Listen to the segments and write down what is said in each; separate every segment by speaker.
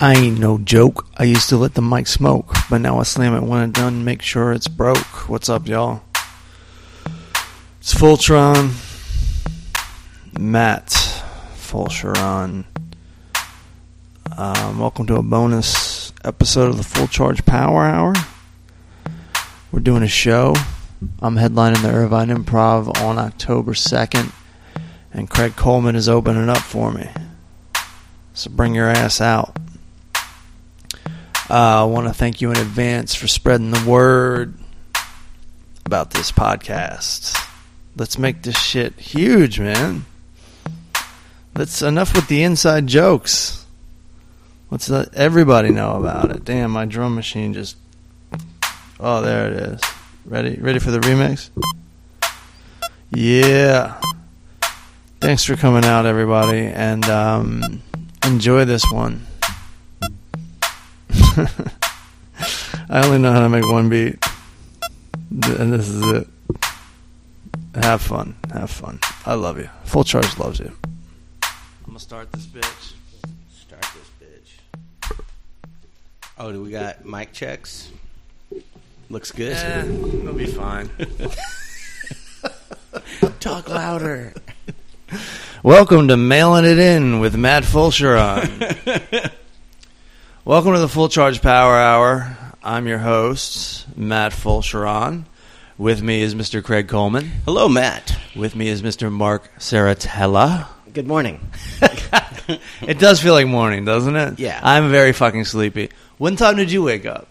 Speaker 1: I ain't no joke. I used to let the mic smoke, but now I slam it when I'm done, make sure it's broke. What's up, y'all? It's Fultron, Matt, Fulcheron. Um, welcome to a bonus episode of the Full Charge Power Hour. We're doing a show. I'm headlining the Irvine Improv on October 2nd, and Craig Coleman is opening up for me. So bring your ass out. Uh, I want to thank you in advance for spreading the word about this podcast. Let's make this shit huge, man. Let's enough with the inside jokes. Let's let everybody know about it. Damn, my drum machine just. Oh, there it is. Ready? Ready for the remix? Yeah. Thanks for coming out, everybody, and um, enjoy this one. I only know how to make one beat, Th- and this is it. Have fun. Have fun. I love you. Full Charge loves you. I'm going to start this bitch.
Speaker 2: Start this bitch. Oh, do we got mic checks? Looks good.
Speaker 1: Eh, it'll be fine.
Speaker 2: Talk louder.
Speaker 1: Welcome to Mailing It In with Matt Fulcheron. Welcome to the Full Charge Power Hour. I'm your host, Matt Fulcheron. With me is Mr. Craig Coleman.
Speaker 2: Hello, Matt.
Speaker 1: With me is Mr. Mark Saratella.
Speaker 3: Good morning.
Speaker 1: It does feel like morning, doesn't it?
Speaker 2: Yeah.
Speaker 1: I'm very fucking sleepy. When time did you wake up?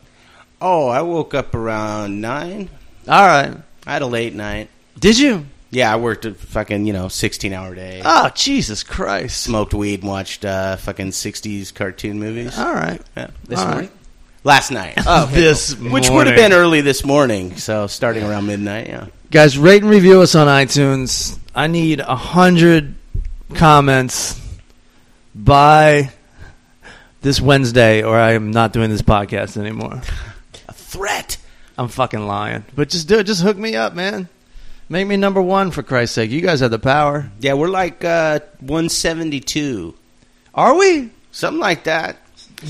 Speaker 2: Oh, I woke up around nine.
Speaker 1: All right.
Speaker 2: I had a late night.
Speaker 1: Did you?
Speaker 2: Yeah, I worked a fucking you know sixteen hour day.
Speaker 1: Oh, Jesus Christ.
Speaker 2: Smoked weed, and watched uh, fucking sixties cartoon movies.
Speaker 1: All right.
Speaker 2: Yeah.
Speaker 3: This
Speaker 1: All right.
Speaker 3: morning?
Speaker 2: Last night.
Speaker 1: Oh. this
Speaker 2: Oh, Which would have been early this morning, so starting around midnight. Yeah,
Speaker 1: Guys, rate and review us on iTunes. I need a hundred comments by this Wednesday, or I am not doing this podcast anymore.
Speaker 2: a threat.
Speaker 1: I'm fucking lying. But just do it. Just hook me up, man. Make me number one for Christ's sake. You guys have the power.
Speaker 2: Yeah, we're like uh, one seventy two,
Speaker 1: Are we?
Speaker 2: something like that.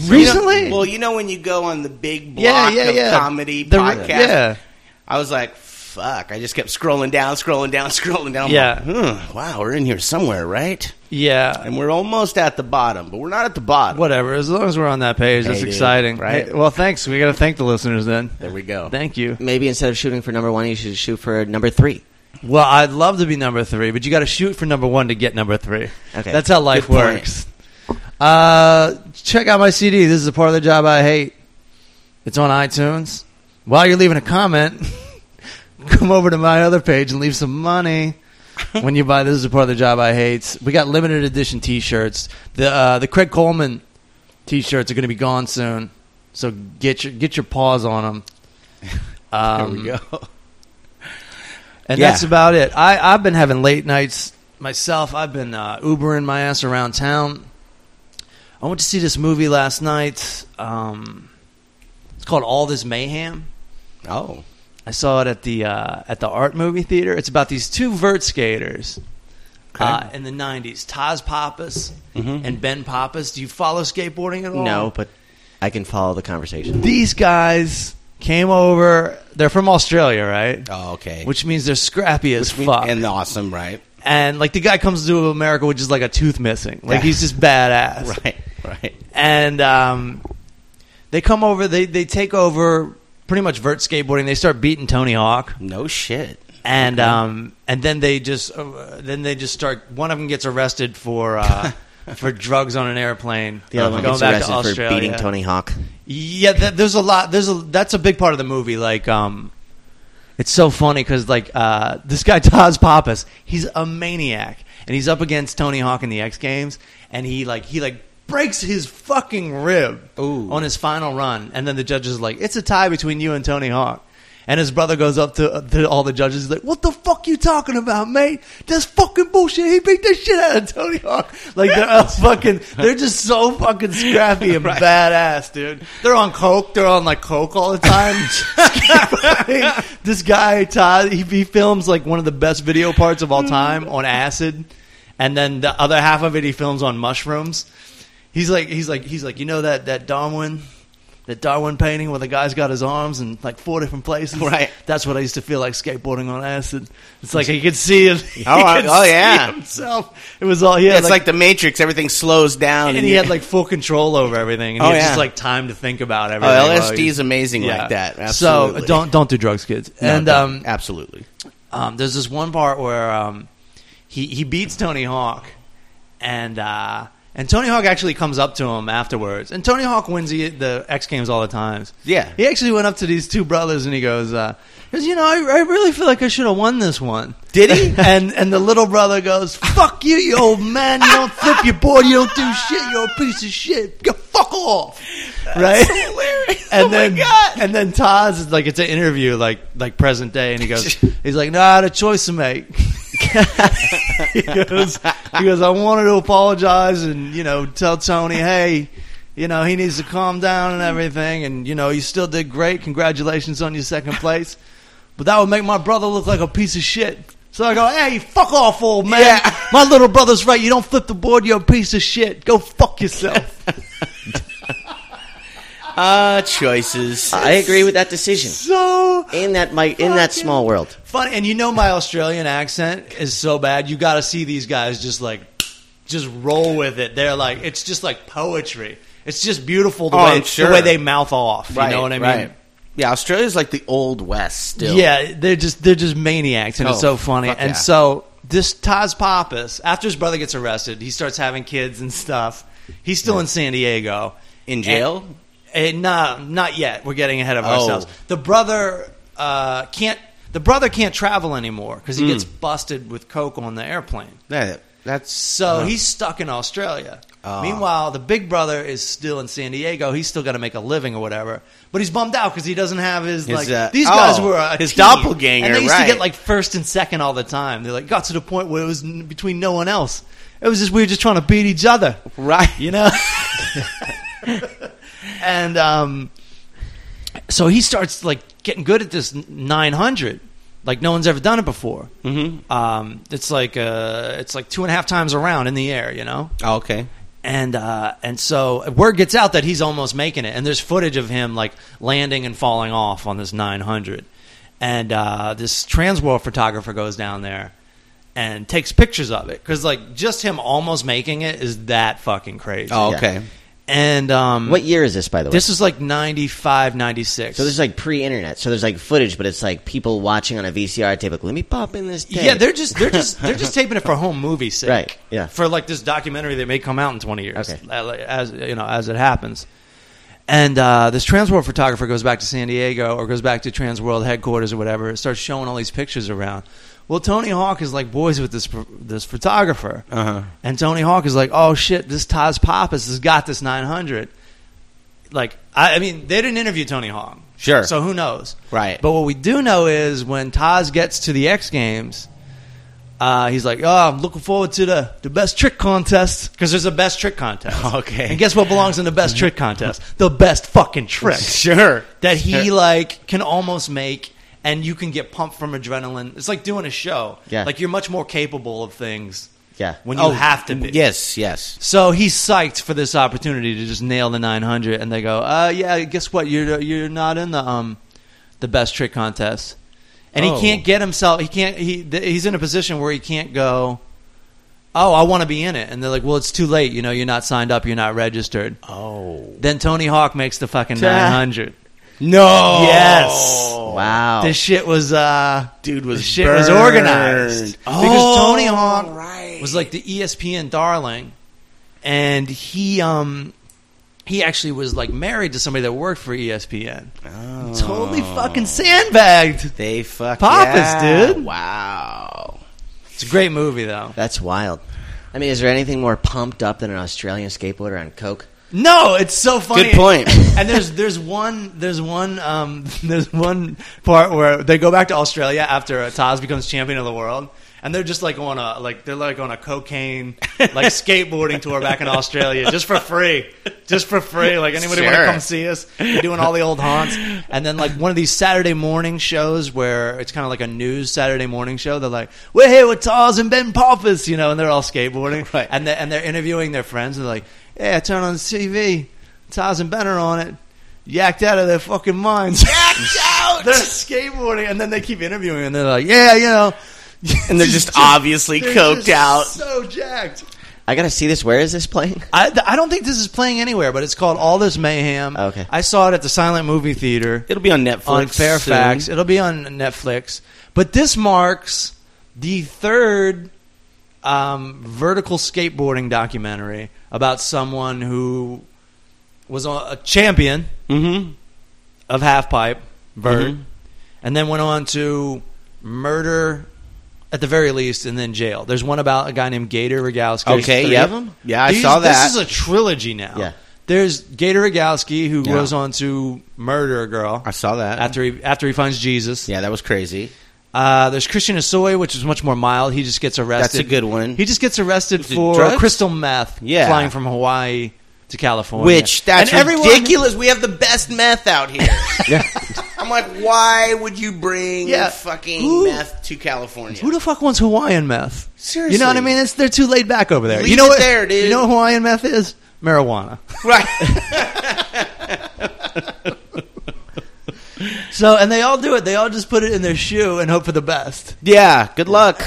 Speaker 1: Recently?
Speaker 2: You know- well, you know when you go on the big block
Speaker 1: yeah, yeah,
Speaker 2: of
Speaker 1: yeah.
Speaker 2: comedy
Speaker 1: The-
Speaker 2: podcast.
Speaker 1: Yeah.
Speaker 2: I was like, fuck. I just kept scrolling down, scrolling down, scrolling down. I'm
Speaker 1: Yeah.
Speaker 2: like, hmm, wow, we're in here somewhere, right?
Speaker 1: Yeah.
Speaker 2: And we're almost at the bottom, but we're not at the bottom.
Speaker 1: Whatever. As long as we're on that page, that's
Speaker 2: Hey, dude,
Speaker 1: exciting.
Speaker 2: right?
Speaker 1: Hey, well, thanks. We got to thank the listeners then.
Speaker 2: There we go.
Speaker 1: Thank you.
Speaker 3: Maybe instead of shooting for number one, you should shoot for number three.
Speaker 1: Well, I'd love to be number three, but you got to shoot for number one to get number three.
Speaker 3: Okay.
Speaker 1: That's how life
Speaker 2: Good point.
Speaker 1: works. Uh, check out my CD. This is a part of the job I hate. It's on iTunes. While you're leaving a comment, come over to my other page and leave some money. when you buy this is a part of the job I hate. We got limited edition T-shirts. The uh, the Craig Coleman T-shirts are going to be gone soon, so get your get your paws on them.
Speaker 2: There
Speaker 1: Um,
Speaker 2: we go.
Speaker 1: and
Speaker 2: Yeah.
Speaker 1: that's about it. I, I've been having late nights myself. I've been uh, Ubering my ass around town. I went to see this movie last night. Um, it's called All This Mayhem.
Speaker 2: Oh,
Speaker 1: I saw it at the uh, at the art movie theater. It's about these two vert skaters uh, in the '90s, Taz Pappas
Speaker 2: Mm-hmm.
Speaker 1: and Ben Pappas. Do you follow skateboarding at all?
Speaker 3: No, but I can follow the conversation.
Speaker 1: These guys came over. They're from Australia, right?
Speaker 2: oh okay.
Speaker 1: Which means they're scrappy as fuck.
Speaker 2: And awesome, right?
Speaker 1: and like the guy comes to America with just like a tooth missing. Like he's just badass.
Speaker 2: Right, right.
Speaker 1: And um, they come over. They they take over pretty much vert skateboarding. They start beating Tony Hawk,
Speaker 2: No shit.
Speaker 1: and um, and then they just uh, then they just start. One of them gets arrested for. Uh, For drugs on an airplane, Um,
Speaker 3: The other one
Speaker 1: Uh, going
Speaker 3: gets
Speaker 1: back
Speaker 3: arrested
Speaker 1: to
Speaker 3: for
Speaker 1: Australia.
Speaker 3: beating Tony Hawk.
Speaker 1: Yeah, that, there's a lot. There's a that's a big part of the movie. Like, um, it's so funny because like uh, this guy Taz Pappas, he's a maniac, and he's up against Tony Hawk in the X Games, and he like he like breaks his fucking rib
Speaker 2: Ooh.
Speaker 1: on his final run, and then the judge is like, "It's a tie between you and Tony Hawk." And his brother goes up to, uh, to all the judges. He's like, "What the fuck you talking about, mate? That's fucking bullshit. He beat the shit out of Tony Hawk. Like they're all fucking. They're just so fucking scrappy and badass, dude. They're on coke. They're on like coke all the time. this guy Todd, he, he films like one of the best video parts of all time on acid, and then the other half of it he films on mushrooms. He's like, he's like, he's like, you know that that Darwin, that Darwin painting where the guy's got his arms in like four different places.
Speaker 2: Right.
Speaker 1: That's what I used to feel like skateboarding on acid. It's like he could see him. he
Speaker 2: Oh, I-
Speaker 1: could
Speaker 2: oh,
Speaker 1: see
Speaker 2: yeah.
Speaker 1: himself. It was all he had.
Speaker 2: it's like the Matrix. Everything slows down,
Speaker 1: and he had like full control over everything, and he
Speaker 2: Oh,
Speaker 1: had
Speaker 2: yeah.
Speaker 1: just like time to think about
Speaker 2: oh,
Speaker 1: everything. while
Speaker 2: LSD
Speaker 1: he-
Speaker 2: is amazing
Speaker 1: Yeah.
Speaker 2: like that.
Speaker 1: So
Speaker 2: Absolutely.
Speaker 1: don't don't do drugs, kids.
Speaker 2: No,
Speaker 1: and
Speaker 2: don't.
Speaker 1: um,
Speaker 2: absolutely.
Speaker 1: um, there's this one part where um, he he beats Tony Hawk, and uh, and Tony Hawk actually comes up to him afterwards, and Tony Hawk wins the, the X Games all the times.
Speaker 2: Yeah.
Speaker 1: he actually went up to these two brothers and he goes, uh, he goes, you know, I, I really feel like I should have won this one.
Speaker 2: Did he?
Speaker 1: and and the little brother goes, fuck you, you old man, you don't flip your board, you don't do shit, you're a piece of shit, go fuck off, right?
Speaker 2: Oh
Speaker 1: and then and then Todd's is like it's an interview like like present day, and he goes he's like, no, I had a choice to make. he goes he goes, I wanted to apologize and you know tell Tony, hey. You know he needs to calm down and everything, and you know you still did great. Congratulations on your second place, but that would make my brother look like a piece of shit. So I go, hey, fuck off, old man.
Speaker 2: Yeah.
Speaker 1: My little brother's right. You don't flip the board, you're a piece of shit. Go fuck yourself.
Speaker 2: Uh, choices.
Speaker 3: I agree with that decision.
Speaker 1: so
Speaker 3: In that my in that
Speaker 1: Fucking-
Speaker 3: small world,
Speaker 1: Funny, and you know my Australian accent is so bad. You got to see these guys just like, just roll with it. They're like, it's just like poetry. It's just beautiful the,
Speaker 2: Oh,
Speaker 1: way,
Speaker 2: I'm sure.
Speaker 1: the way they mouth off. You know what I mean?
Speaker 2: right. Yeah, Australia's like the old west still.
Speaker 1: Yeah, they're just they're just maniacs, and it's so
Speaker 2: Oh,
Speaker 1: funny.
Speaker 2: fuck
Speaker 1: And
Speaker 2: yeah.
Speaker 1: so this Taz Pappas, after his brother gets arrested, he starts having kids and stuff. He's still in San Diego,
Speaker 2: In jail?
Speaker 1: And, and not Eh, not yet. We're getting ahead of
Speaker 2: Oh.
Speaker 1: ourselves. The brother uh, can't. The brother can't travel anymore because
Speaker 2: Hmm.
Speaker 1: he gets busted with coke on the airplane.
Speaker 2: That- that's
Speaker 1: So he's stuck in Australia.
Speaker 2: Oh.
Speaker 1: Meanwhile, the big brother is still in San Diego. He's still got to make a living or whatever. But he's bummed out because he doesn't have his,
Speaker 2: His,
Speaker 1: like.
Speaker 2: uh,
Speaker 1: these guys
Speaker 2: oh,
Speaker 1: were a
Speaker 2: his
Speaker 1: team.
Speaker 2: doppelganger,
Speaker 1: and they used
Speaker 2: right.
Speaker 1: to get like first and second all the time. They like got to the point where it was n- between no one else. It was just we were just trying to beat each other,
Speaker 2: right.
Speaker 1: you know. and um, so he starts like getting good at this 900 like no one's ever done it before mm-hmm. um, it's like uh, it's like two and a half times around in the air you know
Speaker 2: Oh, okay.
Speaker 1: and uh, and so word gets out that he's almost making it and there's footage of him like landing and falling off on this 900 and uh, this trans world photographer goes down there and takes pictures of it because like just him almost making it is that fucking crazy
Speaker 2: Oh,
Speaker 3: Yeah.
Speaker 2: okay.
Speaker 1: and
Speaker 2: Mm-hmm.
Speaker 1: um,
Speaker 3: what year is this, by the way?
Speaker 1: this is like 95 96
Speaker 3: so this is like pre-internet. So there's like footage, but it's like people watching on a VCR tape. Like, let me pop in this. Tape.
Speaker 1: Yeah, they're just they're just they're just taping it for home movie sake.
Speaker 3: Right, yeah.
Speaker 1: For like this documentary that may come out in twenty years.
Speaker 3: Okay.
Speaker 1: uh, like, As you know, as it happens. And uh, this trans world photographer goes back to San Diego or goes back to Trans World headquarters or whatever. It starts showing all these pictures around. Well, Tony Hawk is like boys with this this photographer,
Speaker 2: Uh-huh.
Speaker 1: and Tony Hawk is like, "Oh shit, this Taz Pappas has got this 900." Like, I, I mean, they didn't interview Tony Hawk,
Speaker 2: Sure.
Speaker 1: So who knows,
Speaker 2: Right.
Speaker 1: But what we do know is when Taz gets to the X Games, uh, he's like, "Oh, I'm looking forward to the the best trick contest because there's a best trick contest."
Speaker 2: Okay.
Speaker 1: And guess what belongs in the best trick contest? The best fucking trick
Speaker 2: Sure.
Speaker 1: that he
Speaker 2: Sure.
Speaker 1: like can almost make, and you can get pumped from adrenaline. It's like doing a show.
Speaker 3: Yeah.
Speaker 1: Like you're much more capable of things.
Speaker 3: Yeah.
Speaker 1: When you have to be.
Speaker 2: Yes, yes.
Speaker 1: So he's psyched for this opportunity to just nail the 900, and they go, "Uh, yeah, guess what? You're you're not in the um, the best trick contest." And
Speaker 2: Oh.
Speaker 1: he can't get himself. He can't. He th- he's in a position where he can't go. Oh, I want to be in it, and they're like, "Well, it's too late. You know, you're not signed up. You're not registered."
Speaker 2: Oh.
Speaker 1: Then Tony Hawk makes the fucking
Speaker 3: Ta-
Speaker 1: 900.
Speaker 2: No.
Speaker 1: Yes.
Speaker 3: wow.
Speaker 1: This shit was uh,
Speaker 2: Dude was
Speaker 1: this shit was
Speaker 2: burned.
Speaker 1: organized because
Speaker 2: Oh,
Speaker 1: Tony Hawk
Speaker 2: right.
Speaker 1: was like the E ESPN darling, and he um he actually was like married to somebody that worked for E ESPN.
Speaker 2: Oh.
Speaker 1: Totally fucking sandbagged.
Speaker 2: They fuck
Speaker 1: Pappas,
Speaker 2: yeah.
Speaker 1: dude.
Speaker 2: Wow.
Speaker 1: It's a great movie though.
Speaker 3: That's wild. I mean, is there anything more pumped up than an Australian skateboarder on coke?
Speaker 1: No, it's so funny.
Speaker 2: Good point.
Speaker 1: And there's there's one there's one um, there's one part where they go back to Australia after uh, Taz becomes champion of the world, and they're just like on a like they're like on a cocaine like skateboarding tour back in Australia just for free, just for free. Like anybody want
Speaker 2: Sure.
Speaker 1: to come see us? We're doing all the old haunts, and then like one of these Saturday morning shows where it's kind of like a news Saturday morning show. They're like, we're here with Taz and Ben Pappas, you know, and they're all skateboarding,
Speaker 2: Right.
Speaker 1: and they're, and they're interviewing their friends, and they're like. Hey, I turned on the TV. Taz and Ben are on it. Yacked out of their fucking minds.
Speaker 2: out.
Speaker 1: they're skateboarding, and then they keep interviewing, and they're like, "Yeah, you know,"
Speaker 2: and they're just obviously
Speaker 1: they're
Speaker 2: coked
Speaker 1: just
Speaker 2: out.
Speaker 1: so jacked.
Speaker 3: I gotta see this. Where is this playing?
Speaker 1: I, th- I don't think this is playing anywhere, but it's called All This Mayhem.
Speaker 3: Okay.
Speaker 1: I saw it at the Silent Movie Theater
Speaker 2: It'll be on Netflix.
Speaker 1: on Fairfax.
Speaker 2: soon.
Speaker 1: It'll be on Netflix. But this marks the third um, vertical skateboarding documentary about someone who was a a champion
Speaker 2: Mm-hmm.
Speaker 1: of halfpipe, vert,
Speaker 2: Mhm.
Speaker 1: and then went on to murder at the very least, and then jail. There's one about a guy named Gator Rogowski.
Speaker 2: Okay,
Speaker 1: Three
Speaker 2: yep.
Speaker 1: of 'em?
Speaker 2: Yeah, I saw that.
Speaker 1: This is a trilogy now.
Speaker 3: Yeah.
Speaker 1: There's Gator Rogowski who
Speaker 2: Yeah.
Speaker 1: goes on to murder a girl
Speaker 2: I saw that.
Speaker 1: after he after he finds Jesus.
Speaker 2: yeah, that was crazy.
Speaker 1: Uh, there's Christian Asoy, which is much more mild. He just gets arrested.
Speaker 2: That's a good one.
Speaker 1: He just gets arrested
Speaker 2: Was it
Speaker 1: for
Speaker 2: drugs?
Speaker 1: crystal meth,
Speaker 2: Yeah.
Speaker 1: flying from Hawaii to California.
Speaker 2: Which that's
Speaker 1: And everyone-
Speaker 2: ridiculous. We have the best meth out here.
Speaker 3: Yeah.
Speaker 2: I'm like, why would you bring
Speaker 1: Yeah.
Speaker 2: fucking
Speaker 1: Who-
Speaker 2: meth to California?
Speaker 1: Who the fuck wants Hawaiian meth?
Speaker 2: Seriously.
Speaker 1: you know what I mean? It's, they're too laid back over there.
Speaker 2: Leave
Speaker 1: you know
Speaker 2: it
Speaker 1: what?
Speaker 2: there, dude.
Speaker 1: You know what Hawaiian meth is marijuana.
Speaker 2: right?
Speaker 1: So, and they all do it. They all just put it in their shoe and hope for the best.
Speaker 2: yeah. Good luck.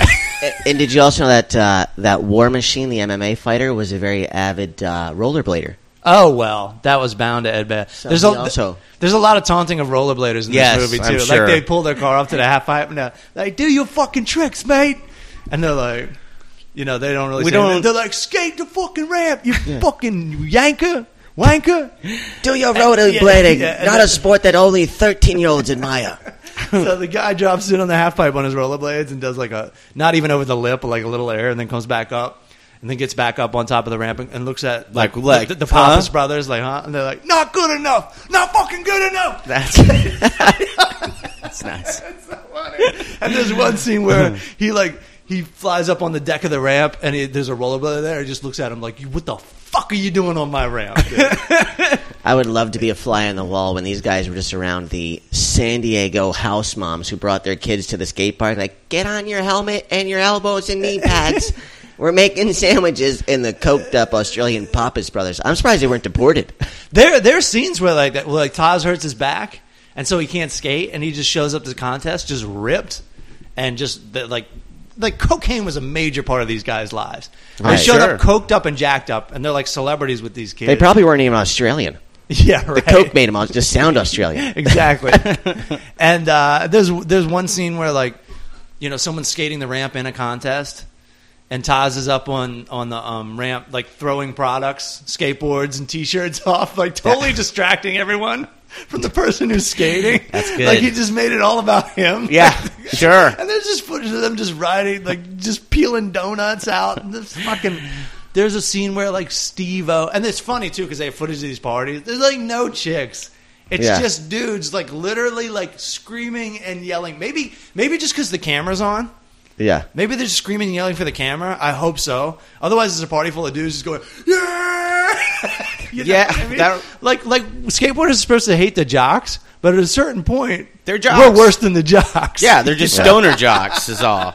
Speaker 3: and did you also know that uh, that War Machine, the MMA fighter, was a very avid uh, rollerblader?
Speaker 1: Oh well, that was bound to Ed Bad. there's a
Speaker 3: he also-
Speaker 1: there's a lot of taunting of rollerbladers in
Speaker 2: Yes,
Speaker 1: this movie
Speaker 2: I'm
Speaker 1: too.
Speaker 2: sure.
Speaker 1: Like they pull their car off to the half pipe and they're like, "Do your fucking tricks, mate," and they're like. You know they don't really.
Speaker 2: We
Speaker 1: say anything.
Speaker 2: don't-
Speaker 1: They're like skate the fucking ramp, you fucking yanker, wanker.
Speaker 3: Do your
Speaker 1: rollerblading, yeah, yeah, not a
Speaker 3: sport that only thirteen-year-olds admire.
Speaker 1: so the guy drops in on the half pipe on his rollerblades and does like a not even over the lip, but like a little air, and then comes back up, and then gets back up on top of the ramp and, and looks at
Speaker 2: Like, like,
Speaker 1: the, the Pappas
Speaker 2: huh?
Speaker 1: brothers, like huh, and they're like, not good enough, not fucking good enough.
Speaker 2: That's that's nice.
Speaker 1: and there's one scene where he like he flies up on the deck of the ramp, and he, there's a rollerblader there. He just looks at him like, "You- "What the fuck are you doing on my ramp?" dude?"
Speaker 3: I would love to be a fly on the wall when these guys were just around the San Diego house moms who brought their kids to the skate park. Like, get on your helmet and your elbows and knee pads. We're making sandwiches in the coked up Australian Pappas brothers. I'm surprised they weren't deported.
Speaker 1: There, there are scenes where like that, where, like Taz hurts his back, and so he can't skate, and he just shows up to the contest just ripped, and just the, like, like cocaine was a major part of these guys' lives.
Speaker 3: Right.
Speaker 1: they showed
Speaker 2: Sure.
Speaker 1: up coked up and jacked up, and they're like celebrities with these kids.
Speaker 3: They probably weren't even Australian.
Speaker 1: yeah, right.
Speaker 3: Coke made them all just sound Australian.
Speaker 1: exactly. and uh, there's there's one scene where like you know someone's skating the ramp in a contest, and Taz is up on on the um, ramp like throwing products, skateboards and t-shirts off, like totally distracting everyone from the person who's skating. That's
Speaker 2: good.
Speaker 1: Like he just made it all about him.
Speaker 2: Yeah, sure.
Speaker 1: And there's just footage of them just riding, like just peeling donuts out. And this fucking. There's a scene where like Steve O, and it's funny too because they have footage of these parties. There's like no chicks. It's
Speaker 3: Yeah.
Speaker 1: just dudes like literally like screaming and yelling. Maybe maybe just because the camera's on.
Speaker 3: Yeah.
Speaker 1: Maybe they're just screaming and yelling for the camera. I hope so. Otherwise, it's a party full of dudes just going, yeah. You know
Speaker 2: Yeah,
Speaker 1: what I mean?
Speaker 2: that-
Speaker 1: like like skateboarders are supposed to hate the jocks, but at a certain point,
Speaker 2: They're jocks.
Speaker 1: We're worse than the jocks.
Speaker 2: Yeah, they're just stoner jocks. Is all.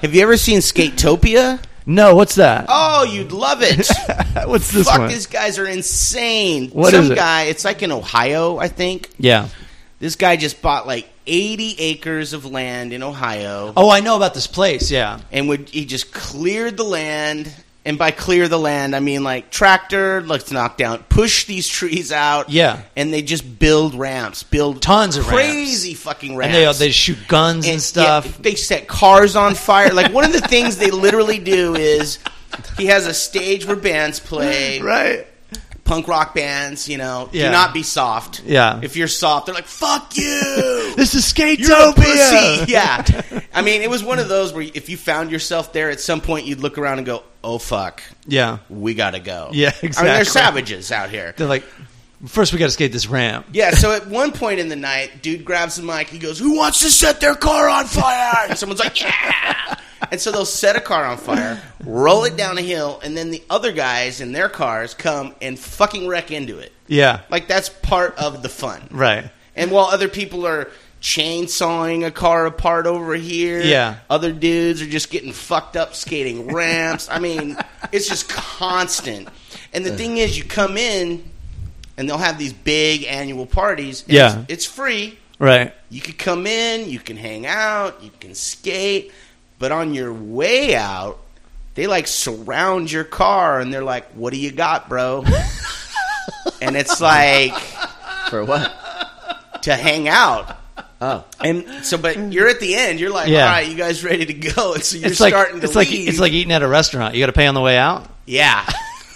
Speaker 2: Have you ever seen Skatopia?
Speaker 1: No, what's that?
Speaker 2: Oh, you'd love it.
Speaker 1: What's this
Speaker 2: Fuck,
Speaker 1: one?
Speaker 2: these guys are insane.
Speaker 1: What
Speaker 2: Some
Speaker 1: is it?
Speaker 2: guy, it's like in Ohio, I think.
Speaker 1: yeah.
Speaker 2: This guy just bought like 80 acres of land in Ohio,
Speaker 1: Oh, I know about this place. Yeah.
Speaker 2: and would he just cleared the land. And by clear the land, I mean like tractor, let's knock down, push these trees out.
Speaker 1: Yeah.
Speaker 2: and they just build ramps, build
Speaker 1: Tons of ramps.
Speaker 2: crazy fucking ramps.
Speaker 1: And they they shoot guns and,
Speaker 2: And,
Speaker 1: stuff.
Speaker 2: yeah, they set cars on fire. Like one of the things they literally do is he has a stage where bands play,
Speaker 1: Right.
Speaker 2: punk rock bands, you know,
Speaker 1: Yeah.
Speaker 2: do not be soft.
Speaker 1: Yeah.
Speaker 2: If you're soft, they're like, fuck you.
Speaker 1: This is
Speaker 2: You're a
Speaker 1: Skatopia.
Speaker 2: pussy. Yeah. I mean, it was one of those where if you found yourself there at some point, you'd look around and go, oh, fuck,
Speaker 1: Yeah.
Speaker 2: we got to go.
Speaker 1: Yeah,
Speaker 2: I mean,
Speaker 1: exactly.
Speaker 2: they're savages out here.
Speaker 1: They're like, first we got to skate this ramp.
Speaker 2: Yeah, so at one point in the night, dude grabs the mic. He goes, "Who wants to set their car on fire?" And someone's like, "Yeah!" And so they'll set a car on fire, roll it down a hill, and then the other guys in their cars come and fucking wreck into it.
Speaker 1: Yeah.
Speaker 2: Like that's part of the fun,
Speaker 1: Right.
Speaker 2: And while other people are chainsawing a car apart over here,
Speaker 1: Yeah.
Speaker 2: other dudes are just getting fucked up skating ramps. I mean, it's just constant. And the thing is, you come in, and they'll have these big annual parties. and
Speaker 1: Yeah.
Speaker 2: it's- it's free.
Speaker 1: Right.
Speaker 2: You could come in, you can hang out, you can skate, but on your way out, they like surround your car and they're like, "What do you got, bro?" and it's like
Speaker 3: For what?
Speaker 2: to hang out.
Speaker 3: Oh.
Speaker 2: And so, but you're at the end. You're like,
Speaker 1: Mm. Yeah.
Speaker 2: all right, you guys ready to go? And so you're
Speaker 1: it's like
Speaker 2: starting to
Speaker 1: it's like
Speaker 2: leave.
Speaker 1: it's like eating at a restaurant. You got to pay on the way out.
Speaker 2: yeah.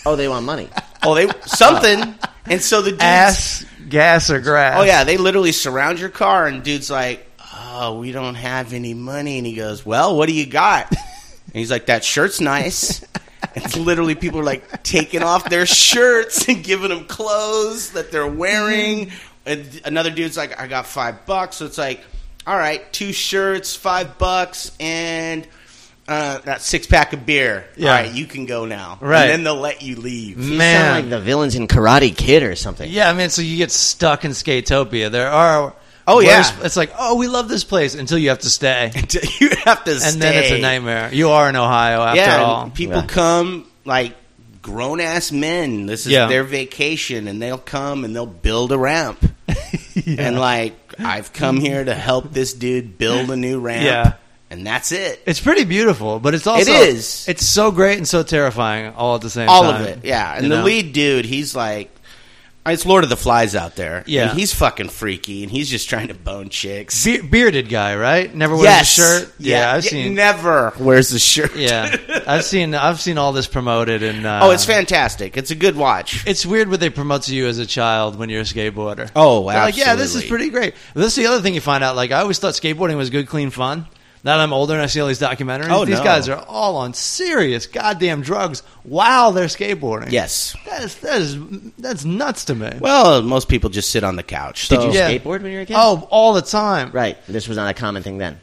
Speaker 3: Oh, they want money.
Speaker 2: Oh, they something. And so the dudes,
Speaker 1: Ass, gas, or grass.
Speaker 2: Oh yeah, they literally surround your car, and dude's like, "Oh, we don't have any money," and he goes, "Well, what do you got?" And he's like, "That shirt's nice." It's literally people are like taking off their shirts and giving them clothes that they're wearing.
Speaker 1: Mm-hmm.
Speaker 2: And another dude's like, "I got five bucks," so it's like, "All right, two shirts, five bucks, and." Uh, that six pack of beer.
Speaker 1: Yeah.
Speaker 2: All right, you can go now.
Speaker 1: Right.
Speaker 2: and then they'll let you leave.
Speaker 3: You
Speaker 1: Man.
Speaker 3: sound like the villains in Karate Kid or something.
Speaker 1: Yeah, I mean, so you get stuck in Skatopia. There are.
Speaker 2: Oh, yeah.
Speaker 1: worse- It's like, oh, we love this place until you have to stay.
Speaker 2: Until you have to stay.
Speaker 1: And then it's a nightmare. You are in Ohio after
Speaker 2: yeah, and
Speaker 1: all.
Speaker 2: people
Speaker 3: Yeah.
Speaker 2: come like grown ass men. This is
Speaker 1: Yeah.
Speaker 2: their vacation, and they'll come and they'll build a ramp. And like, I've come here to help this dude build a new ramp,
Speaker 1: Yeah.
Speaker 2: and that's it.
Speaker 1: It's pretty beautiful, but it's also
Speaker 2: is.
Speaker 1: It's so great and so terrifying all at the same
Speaker 2: All
Speaker 1: time.
Speaker 2: of it, yeah. And
Speaker 1: You
Speaker 2: the
Speaker 1: know?
Speaker 2: lead dude, he's like. It's Lord of the Flies out there.
Speaker 1: Yeah.
Speaker 2: And he's fucking freaky, and he's just trying to bone chicks.
Speaker 1: Be- bearded guy, right? Never wears
Speaker 2: Yes.
Speaker 1: a shirt.
Speaker 2: Yeah.
Speaker 1: I've
Speaker 2: Yeah,
Speaker 1: seen.
Speaker 2: Never wears a shirt.
Speaker 1: yeah, I've seen. I've seen all this promoted, and uh,
Speaker 2: oh, it's fantastic. It's a good watch.
Speaker 1: It's weird what they promote to you as a child when you're a skateboarder.
Speaker 2: Oh,
Speaker 1: They're like, yeah, this is
Speaker 2: absolutely.
Speaker 1: pretty great. This is the other thing you find out. Like, I always thought skateboarding was good, clean fun. Now that I'm older and I see all these documentaries,
Speaker 2: Oh,
Speaker 1: these
Speaker 2: no.
Speaker 1: guys are all on serious goddamn drugs while they're skateboarding.
Speaker 2: Yes.
Speaker 1: that is that is that's nuts to me.
Speaker 2: Well, most people just sit on the couch.
Speaker 3: Did
Speaker 2: so-
Speaker 3: you
Speaker 1: Yeah.
Speaker 3: skateboard when you were a kid?
Speaker 1: oh, all the time.
Speaker 3: Right. This was not a common thing then.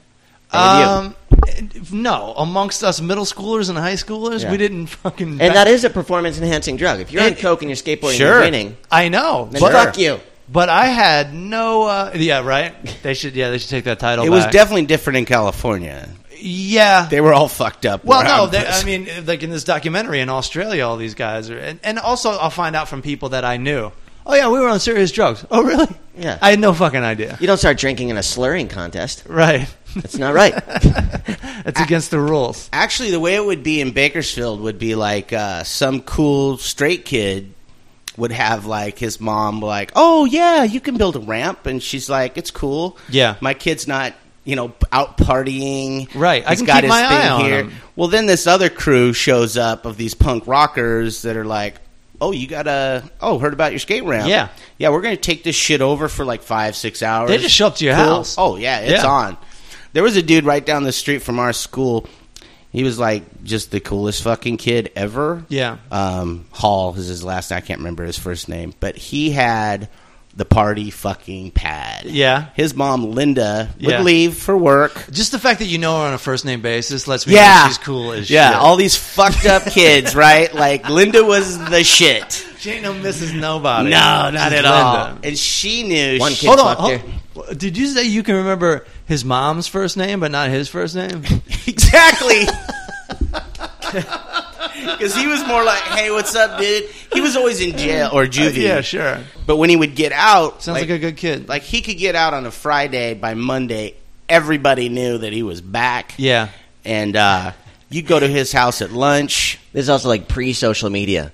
Speaker 3: And with you.
Speaker 1: Um, no, amongst us middle schoolers and high schoolers,
Speaker 3: Yeah.
Speaker 1: we didn't fucking.
Speaker 3: And that is a performance enhancing drug. If you're on
Speaker 1: It-
Speaker 3: coke and you're skateboarding,
Speaker 2: Sure.
Speaker 3: you're winning.
Speaker 1: I know,
Speaker 3: Then
Speaker 1: but
Speaker 3: fuck you.
Speaker 1: but I had no. Uh, yeah, right. They should. Yeah, they should take that title.
Speaker 2: It was
Speaker 1: back.
Speaker 2: definitely different in California.
Speaker 1: Yeah,
Speaker 2: They were all fucked up.
Speaker 1: Well, no,
Speaker 2: around
Speaker 1: they,
Speaker 2: us.
Speaker 1: I mean, like in this documentary in Australia, all these guys are, and, and also I'll find out from people that I knew. Oh yeah, we were on serious drugs. Oh really?
Speaker 3: Yeah.
Speaker 1: I had no fucking idea.
Speaker 3: You don't start drinking in a slurring contest.
Speaker 1: Right.
Speaker 3: That's not right.
Speaker 1: it's
Speaker 3: Ah.
Speaker 1: against the rules.
Speaker 2: actually, the way it would be in Bakersfield would be like uh, some cool straight kid would have like his mom like, "Oh yeah, you can build a ramp," and she's like, "It's cool.
Speaker 1: Yeah.
Speaker 2: my kid's not." You know, out partying.
Speaker 1: Right. I
Speaker 2: He's
Speaker 1: can keep my eye on him.
Speaker 2: Well, then this other crew shows up of these punk rockers that are like, "Oh, you got to Oh, heard about your skate ramp?
Speaker 1: Yeah.
Speaker 2: yeah. We're gonna take this shit over for like five, six hours.
Speaker 1: They just show up to your
Speaker 2: Cool.
Speaker 1: house.
Speaker 2: Oh yeah, it's
Speaker 1: Yeah.
Speaker 2: on. There was a dude right down the street from our school. He was like just the coolest fucking kid ever.
Speaker 1: Yeah.
Speaker 2: Um, Hall is his last. name. I can't remember his first name, but he had the party fucking pad.
Speaker 1: Yeah.
Speaker 2: His mom Linda would
Speaker 1: Yeah.
Speaker 2: leave for work.
Speaker 1: Just the fact that you know her on a first name basis lets me know she's cool as
Speaker 2: yeah.
Speaker 1: shit.
Speaker 2: All these fucked up kids, right? Like Linda was the shit.
Speaker 1: she ain't no Mrs. Nobody.
Speaker 2: No, not
Speaker 1: She's
Speaker 2: at all.
Speaker 1: Linda.
Speaker 2: And she knew.
Speaker 3: One
Speaker 2: she-
Speaker 3: kid
Speaker 1: Hold on.
Speaker 3: fucked her.
Speaker 1: hold- Did you say you can remember his mom's first name but not his first name?
Speaker 2: Exactly. Because he was more like, "Hey, what's up, dude?" He was always in jail or juvie.
Speaker 1: Uh, yeah, sure.
Speaker 2: But when he would get out,
Speaker 1: Sounds like, a good kid.
Speaker 2: like he could get out on a Friday. By Monday, everybody knew that he was back.
Speaker 1: yeah.
Speaker 2: and uh, you go to his house at lunch.
Speaker 3: This is also like pre social media.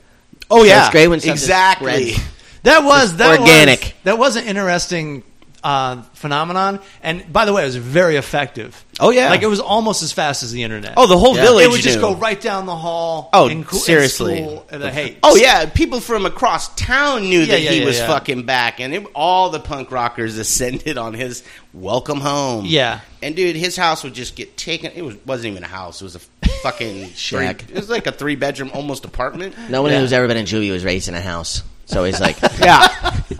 Speaker 2: Oh
Speaker 3: yeah. it's great when stuff just
Speaker 2: exactly.
Speaker 3: spreads.
Speaker 1: That was
Speaker 3: Just
Speaker 1: that
Speaker 3: organic.
Speaker 1: Was, that was an interesting uh, phenomenon, and by the way, it was very effective.
Speaker 2: Oh, yeah.
Speaker 1: like it was almost as fast as the internet.
Speaker 2: Oh, the whole
Speaker 3: Yeah.
Speaker 2: village.
Speaker 1: it would just
Speaker 2: knew.
Speaker 1: go right down the hall.
Speaker 2: Oh,
Speaker 1: in coo- in
Speaker 2: seriously.
Speaker 1: school, and the hate.
Speaker 2: Oh yeah, people from across town knew that
Speaker 1: yeah,
Speaker 2: he
Speaker 1: yeah,
Speaker 2: was
Speaker 1: yeah.
Speaker 2: fucking back, and it, all the punk rockers ascended on his "Welcome Home."
Speaker 1: Yeah.
Speaker 2: and dude, his house would just get taken. It was, wasn't even a house; it was a fucking
Speaker 3: Shack.
Speaker 2: three- it was like a three bedroom, almost apartment.
Speaker 3: No one
Speaker 1: Yeah.
Speaker 3: who's ever been in juvie was raised in a house. So he's like,
Speaker 2: Yeah,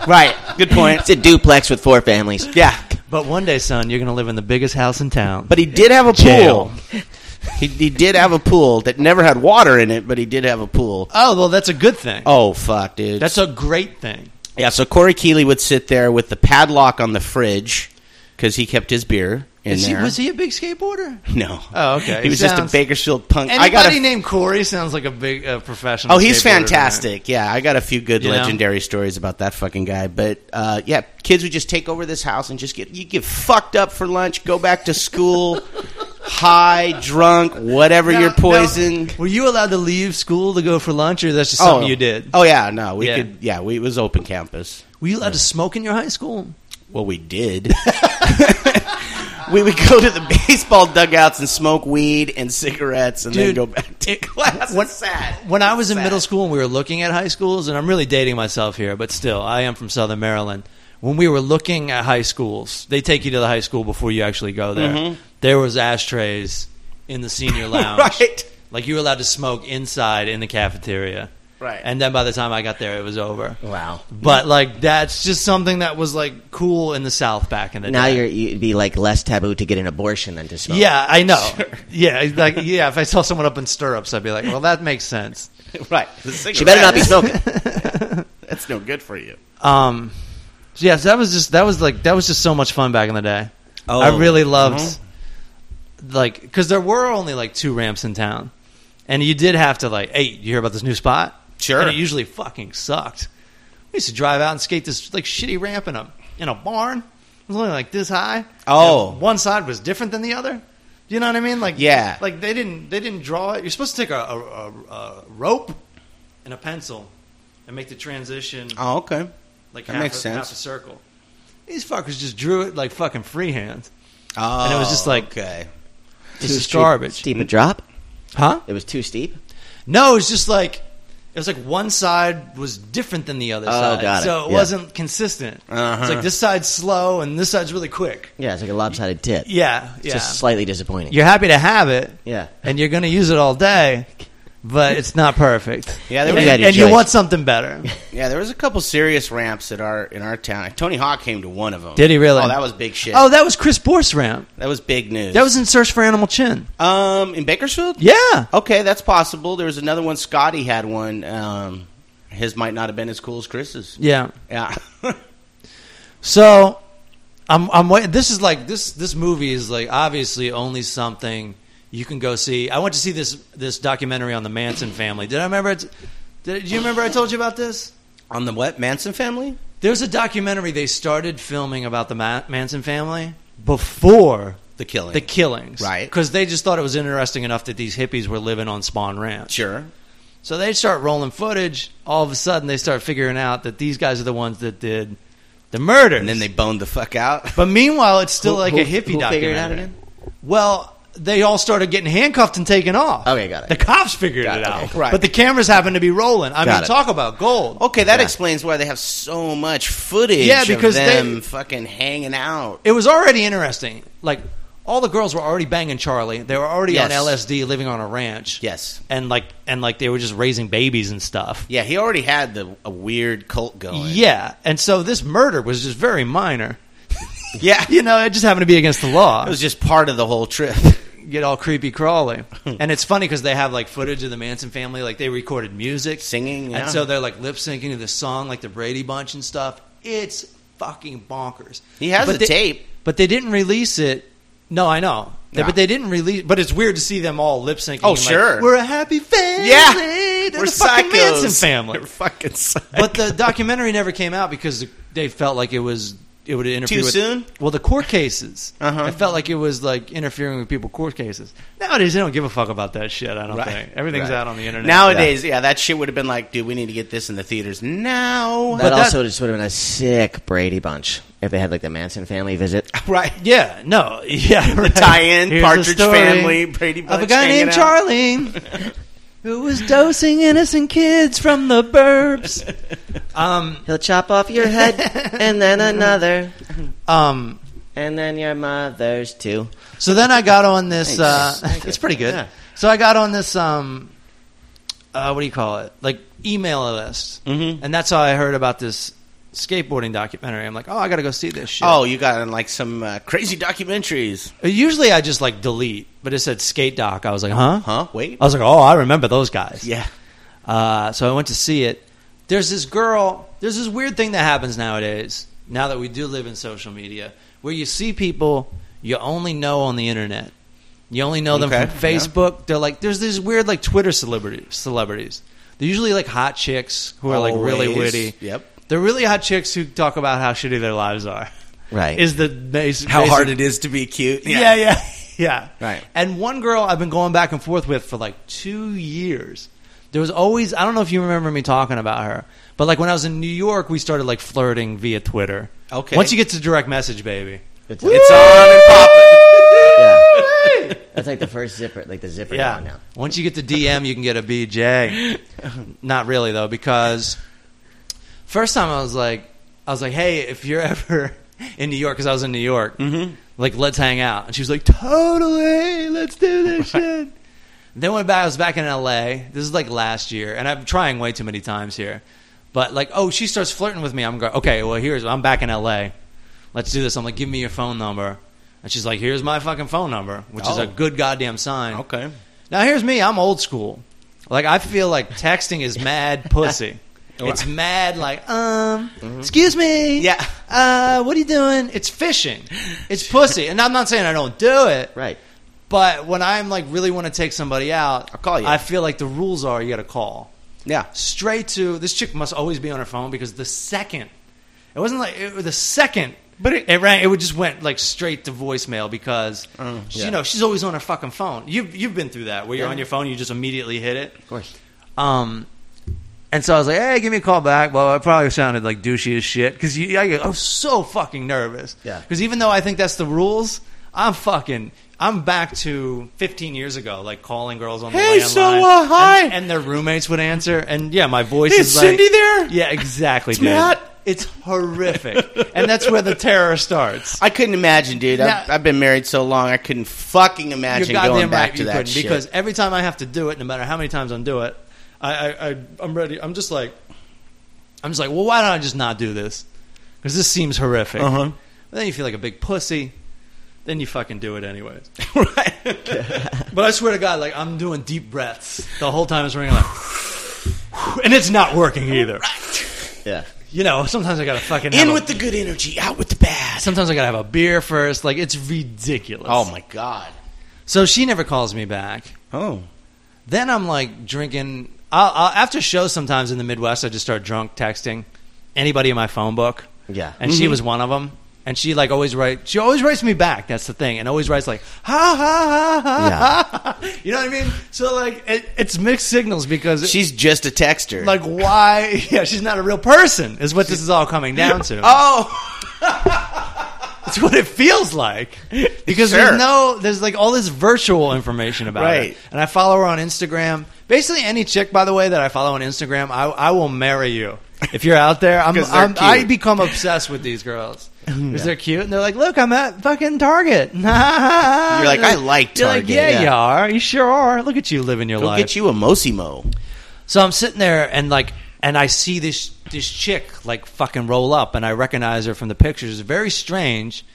Speaker 2: right. Good point.
Speaker 3: it's a duplex with four families.
Speaker 2: Yeah,
Speaker 1: But one day, son, you're going to live in the biggest house in town.
Speaker 2: but he did have a
Speaker 1: Jail.
Speaker 2: pool. He, he did have a pool that never had water in it, but he did have a pool.
Speaker 1: oh well, that's a good thing.
Speaker 2: Oh fuck, dude!
Speaker 1: That's a great thing.
Speaker 2: Yeah, so Corey Keeley would sit there with the padlock on the fridge because he kept his beer in
Speaker 1: Is he,
Speaker 2: there.
Speaker 1: was he a big skateboarder?
Speaker 2: No.
Speaker 1: Oh, okay.
Speaker 2: He was
Speaker 1: Sounds-
Speaker 2: just a Bakersfield punk.
Speaker 1: Anybody
Speaker 2: I got a,
Speaker 1: named Corey sounds like a big uh, professional.
Speaker 2: Oh, he's
Speaker 1: skateboarder to me.
Speaker 2: fantastic. Yeah, I got a few good
Speaker 1: You know?
Speaker 2: legendary stories about that fucking guy. But uh, yeah, kids would just take over this house and just get you get fucked up for lunch, go back to school, high, drunk, whatever
Speaker 1: Now-
Speaker 2: you're poisoned.
Speaker 1: now, were you allowed to leave school to go for lunch, or that's just
Speaker 2: Oh,
Speaker 1: something you did?
Speaker 2: Oh yeah, no, we
Speaker 1: Yeah.
Speaker 2: could. Yeah, we it was open campus.
Speaker 1: Were you allowed to smoke in your high school?
Speaker 2: Well, we did. we would go to the baseball dugouts and smoke weed and cigarettes, and
Speaker 1: Dude,
Speaker 2: then go back to class.
Speaker 1: when-
Speaker 2: What's sad?
Speaker 1: When I was in
Speaker 2: Sad.
Speaker 1: middle school and we were looking at high schools, and I'm really dating myself here, but still, I am from Southern Maryland. When we were looking at high schools, they take you to the high school before you actually go there. There was ashtrays in the senior lounge.
Speaker 2: Mm-hmm. Right.
Speaker 1: Like you were allowed to smoke inside in the cafeteria.
Speaker 2: Right.
Speaker 1: And then by the time I got there, it was over.
Speaker 3: Wow.
Speaker 1: But like that's just something that was like cool in the South back in the
Speaker 3: Now
Speaker 1: day.
Speaker 3: you're, you'd be like less taboo to get an abortion than to smoke.
Speaker 1: yeah, I know. Yeah, it's like yeah. If I saw someone up in stirrups, I'd be like, "Well, that makes sense."
Speaker 2: right.
Speaker 3: She better not be smoking.
Speaker 2: That's no good for you.
Speaker 1: Um, so yeah, so that was just that was like that was just so much fun back in the day.
Speaker 2: Oh.
Speaker 1: I really loved like because there were only like two ramps in town, and you did have to like, hey, you hear about this new spot?
Speaker 2: Sure.
Speaker 1: And it usually fucking sucked. We used to drive out and skate this like shitty ramp in a in a barn. It was only like this high.
Speaker 2: Oh.
Speaker 1: And one side was different than the other. You know what I mean? Like
Speaker 2: Yeah.
Speaker 1: like they didn't they didn't draw it. You're supposed to take a, a, a, a rope and a pencil and make the transition
Speaker 2: Oh, okay.
Speaker 1: like
Speaker 2: That
Speaker 1: half,
Speaker 2: makes
Speaker 1: a,
Speaker 2: sense.
Speaker 1: half a circle. These fuckers just drew it like fucking freehand.
Speaker 2: Oh,
Speaker 1: it was just like-
Speaker 2: okay.
Speaker 1: This is
Speaker 3: steep-
Speaker 1: garbage,
Speaker 3: Steep a drop?
Speaker 1: huh?
Speaker 3: It was too steep?
Speaker 1: No, it's just like it was like one side was different than the other
Speaker 3: Oh,
Speaker 1: side,
Speaker 3: got it.
Speaker 1: so it
Speaker 3: Yeah.
Speaker 1: wasn't consistent.
Speaker 2: Uh-huh.
Speaker 1: It's like this side's slow and this side's really quick.
Speaker 3: Yeah, it's like a lopsided tip.
Speaker 1: Yeah,
Speaker 3: It's
Speaker 1: yeah.
Speaker 3: just slightly disappointing.
Speaker 1: you're happy to have it,
Speaker 3: yeah.
Speaker 1: and you're going to use it all day, but it's not perfect.
Speaker 2: Yeah, there
Speaker 1: and,
Speaker 2: was-
Speaker 3: You had your
Speaker 1: and you
Speaker 3: choice.
Speaker 1: want something better.
Speaker 2: Yeah, there was a couple serious ramps at our in our town. Tony Hawk came to one of them.
Speaker 1: Did he really?
Speaker 2: Oh, that was big shit.
Speaker 1: Oh, that was Chris Borse ramp.
Speaker 2: that was big news.
Speaker 1: That was in Search for Animal Chin.
Speaker 2: um in Bakersfield.
Speaker 1: Yeah.
Speaker 2: Okay, that's possible. There was another one. Scotty had one. Um, his might not have been as cool as Chris's.
Speaker 1: Yeah.
Speaker 2: Yeah.
Speaker 1: So I'm I'm waiting. This is like this this movie is like obviously only something you can go see. I went to see this this documentary on the Manson family. Did I remember? It? Did, do you remember I told you about this?
Speaker 2: On the what Manson family?
Speaker 1: There's a documentary they started filming about the Ma- Manson family before
Speaker 2: The killing.
Speaker 1: the killings,
Speaker 2: Right.
Speaker 1: Because they just thought it was interesting enough that these hippies were living on Spawn Ranch.
Speaker 2: sure.
Speaker 1: So they start rolling footage. All of a sudden, they start figuring out that these guys are the ones that did the murder,
Speaker 2: And then they boned the fuck out.
Speaker 1: But meanwhile, it's still
Speaker 3: Who-
Speaker 1: like
Speaker 3: who-
Speaker 1: a hippie
Speaker 3: who
Speaker 1: documentary.
Speaker 3: figured it out again?
Speaker 1: Well, they all started getting handcuffed and taken off.
Speaker 3: Okay, got it.
Speaker 1: The cops figured
Speaker 3: Uh, Got
Speaker 1: it,
Speaker 3: it,
Speaker 1: out,
Speaker 3: okay.
Speaker 2: Right.
Speaker 1: But the cameras happened to be rolling. I
Speaker 3: Got
Speaker 1: mean,
Speaker 3: it. Oh,
Speaker 1: talk about gold.
Speaker 2: Okay, that
Speaker 3: Yeah.
Speaker 2: explains why they have so much footage.
Speaker 1: Yeah, because
Speaker 2: of
Speaker 1: they-
Speaker 2: them fucking hanging out.
Speaker 1: It was already interesting. Like all the girls were already banging Charlie. They were already on
Speaker 2: Yes.
Speaker 1: LSD, living on a ranch.
Speaker 2: Yes.
Speaker 1: and like and like they were just raising babies and stuff.
Speaker 2: Yeah, he already had the a weird cult going.
Speaker 1: Yeah, and so this murder was just very minor.
Speaker 2: yeah.
Speaker 1: You know, it just happened to be against the law.
Speaker 2: It was just part of the whole trip.
Speaker 1: get all creepy crawly. and it's funny because they have like footage of the Manson family, like they recorded music,
Speaker 2: Singing, yeah.
Speaker 1: and so they're like lip syncing to this song, like the Brady Bunch and stuff. It's fucking bonkers.
Speaker 2: He has
Speaker 1: But
Speaker 2: a
Speaker 1: they-
Speaker 2: tape.
Speaker 1: but they didn't release it. No, I know. They-
Speaker 2: No.
Speaker 1: But they didn't release. But it's weird to see them all lip syncing.
Speaker 2: Oh,
Speaker 1: like,
Speaker 2: sure.
Speaker 1: We're a happy family.
Speaker 2: Yeah.
Speaker 1: They're
Speaker 2: We're
Speaker 1: the fucking
Speaker 2: psychos.
Speaker 1: Manson family.
Speaker 2: We're fucking psychos.
Speaker 1: But the documentary never came out because they felt like it was it would interfere
Speaker 2: Too
Speaker 1: with,
Speaker 2: soon?
Speaker 1: Well, the court cases.
Speaker 2: Uh-huh.
Speaker 1: I felt like it was like interfering with people's court cases. Nowadays, they don't give a fuck about that shit. I don't think everything's
Speaker 2: Right.
Speaker 1: out on the internet.
Speaker 2: Nowadays, yeah. that shit would have been like, dude, we need to get this in the theaters now.
Speaker 3: That
Speaker 1: But that-
Speaker 3: also just would have been a sick Brady bunch if they had like the Manson family visit.
Speaker 2: right.
Speaker 1: yeah, no, yeah, right.
Speaker 2: tie-in,
Speaker 1: Here's
Speaker 2: Partridge
Speaker 1: the story
Speaker 2: Family, Brady
Speaker 1: of a
Speaker 2: Bunch
Speaker 1: guy
Speaker 2: hanging
Speaker 1: named
Speaker 2: out.
Speaker 1: Charlie who was dosing innocent kids from the burbs. um,
Speaker 3: He'll chop off your head and then another.
Speaker 1: um.
Speaker 3: And then your mother's too.
Speaker 1: So then I got on this. Uh,
Speaker 3: Thanks. Thank
Speaker 1: it's
Speaker 3: you.
Speaker 1: pretty good.
Speaker 3: Yeah.
Speaker 1: So I got on this. Um, uh, what do you call it? Like email list,
Speaker 2: Mhm.
Speaker 1: and that's how I heard about this skateboarding documentary. I'm like, oh, I got to go see this shit.
Speaker 2: Oh, you got in like some uh, crazy documentaries,
Speaker 1: usually I just like delete, but it said skate doc. I was like, huh?
Speaker 2: huh? Wait,
Speaker 1: I was like, oh, I remember those guys.
Speaker 2: yeah.
Speaker 1: Uh, so I went to see it. There's this girl. There's this weird thing that happens nowadays. Now that we do live in social media, where you see people you only know on the internet. You only know them
Speaker 2: Okay,
Speaker 1: from
Speaker 2: yeah.
Speaker 1: Facebook. They're like there's these weird like Twitter celebrity celebrities. They're usually like hot chicks who are like really
Speaker 2: Always.
Speaker 1: witty.
Speaker 2: Yep.
Speaker 1: They're really hot chicks who talk about how shitty their lives are.
Speaker 3: Right.
Speaker 1: Is the basic,
Speaker 2: How
Speaker 1: basic-
Speaker 2: hard it is to be cute.
Speaker 1: yeah, yeah, yeah.
Speaker 2: Right.
Speaker 1: And one girl I've been going back and forth with for like two years. There was always I don't know if you remember me talking about her, but like when I was in New York, we started like flirting via Twitter.
Speaker 2: Okay.
Speaker 1: Once you get to direct message, baby.
Speaker 3: It's,
Speaker 2: It's on and popping.
Speaker 3: yeah. That's like the first zipper, like the zipper
Speaker 1: Yeah.
Speaker 3: down now.
Speaker 1: Once you get to DM, you can get a BJ. Not really though, because first time I was like, I was like, hey, if you're ever in New York, because I was in New York,
Speaker 2: Mm-hmm.
Speaker 1: like let's hang out. And she was like, totally, let's do this shit. Then went back. I was back in L.A. This is like last year, and I'm trying way too many times here. But like, oh, she starts flirting with me. I'm going, okay, well, here's I'm back in L.A. Let's do this. I'm like, give me your phone number, and she's like, here's my fucking phone number, which is
Speaker 2: Oh.
Speaker 1: a good goddamn sign.
Speaker 2: Okay.
Speaker 1: Now here's me. I'm old school. Like I feel like texting is mad pussy. It's mad like um. Excuse me.
Speaker 2: Mm-hmm. Yeah.
Speaker 1: Uh, what are you doing? It's fishing. It's pussy. And I'm not saying I don't do it.
Speaker 3: Right.
Speaker 1: But when I'm like really want to take somebody out,
Speaker 2: I'll call you.
Speaker 1: I feel like the rules are you got to call
Speaker 2: Yeah.
Speaker 1: straight to this chick must always be on her phone because the second it wasn't like it, the second but it, it rang it would just went like straight to voicemail because she- you know she's always on her fucking phone you've, you've been through that where you're on your phone you just immediately hit it
Speaker 3: Of course.
Speaker 1: um and so I was like, "Hey, give me a call back." Well, I probably sounded like douchey as shit because I, get- I was so fucking nervous.
Speaker 3: Yeah.
Speaker 1: Because even though I think that's the rules, I'm fucking. I'm back to 15 years ago, like calling girls on
Speaker 2: Hey,
Speaker 1: the landline.
Speaker 2: so, uh, hi.
Speaker 1: And, and their roommates would answer, and yeah, my voice
Speaker 2: Is
Speaker 1: is like,
Speaker 2: Cindy there?
Speaker 1: Yeah, exactly, dude.
Speaker 2: Matt.
Speaker 1: It's horrific, and that's where the terror starts.
Speaker 2: I couldn't imagine, dude. I've,
Speaker 1: Now-
Speaker 2: I've been married so long, I couldn't fucking imagine going back to
Speaker 1: you
Speaker 2: that
Speaker 1: couldn't,
Speaker 2: shit.
Speaker 1: because every time I have to do it, no matter how many times I do it, I, I, I I'm ready. I'm just like, I'm just like, well, why don't I just not do this? Because this seems horrific.
Speaker 2: Uh-huh.
Speaker 1: But then you feel like a big pussy. Then you fucking do it anyways.
Speaker 2: right?
Speaker 1: But I swear to God, like I'm doing deep breaths the whole time it's ringing, like, and it's not working either.
Speaker 3: Yeah.
Speaker 1: You know, sometimes I gotta fucking have
Speaker 2: In
Speaker 1: a-
Speaker 2: with the good energy, out with the bad.
Speaker 1: Sometimes I gotta have a beer first. Like it's ridiculous.
Speaker 2: Oh my god.
Speaker 1: So she never calls me back.
Speaker 2: Oh.
Speaker 1: then I'm like drinking. I'll, I'll, after shows, sometimes in the Midwest, I just start drunk texting anybody in my phone book.
Speaker 3: Yeah.
Speaker 1: and she was one of them. And she like always write. She always writes me back. That's the thing, and always writes like ha ha ha ha. ha. You know what I mean? So like it, it's mixed signals because it-
Speaker 2: She's just a texter.
Speaker 1: like why? Yeah, she's not a real person. Is what this is all coming down to.
Speaker 2: oh,
Speaker 1: It's what it feels like because
Speaker 2: Sure.
Speaker 1: there's no there's like all this virtual information about
Speaker 2: Right.
Speaker 1: it. And I follow her on Instagram. Basically, any chick, by the way, that I follow on Instagram, I, I will marry you if you're out there. I'm,
Speaker 2: 'Cause they're
Speaker 1: I'm I
Speaker 2: cute.
Speaker 1: become obsessed with these girls because they're cute and they're like, look, I'm at fucking Target. you're like,
Speaker 2: I like
Speaker 1: You're
Speaker 2: Target.
Speaker 1: like, yeah,
Speaker 2: Yeah.
Speaker 1: you are. You sure are. Look at you living your
Speaker 2: go
Speaker 1: life.
Speaker 2: get you a Mosimo.
Speaker 1: So I'm sitting there and like and I see this this chick like fucking roll up and I recognize her from the pictures. It's very strange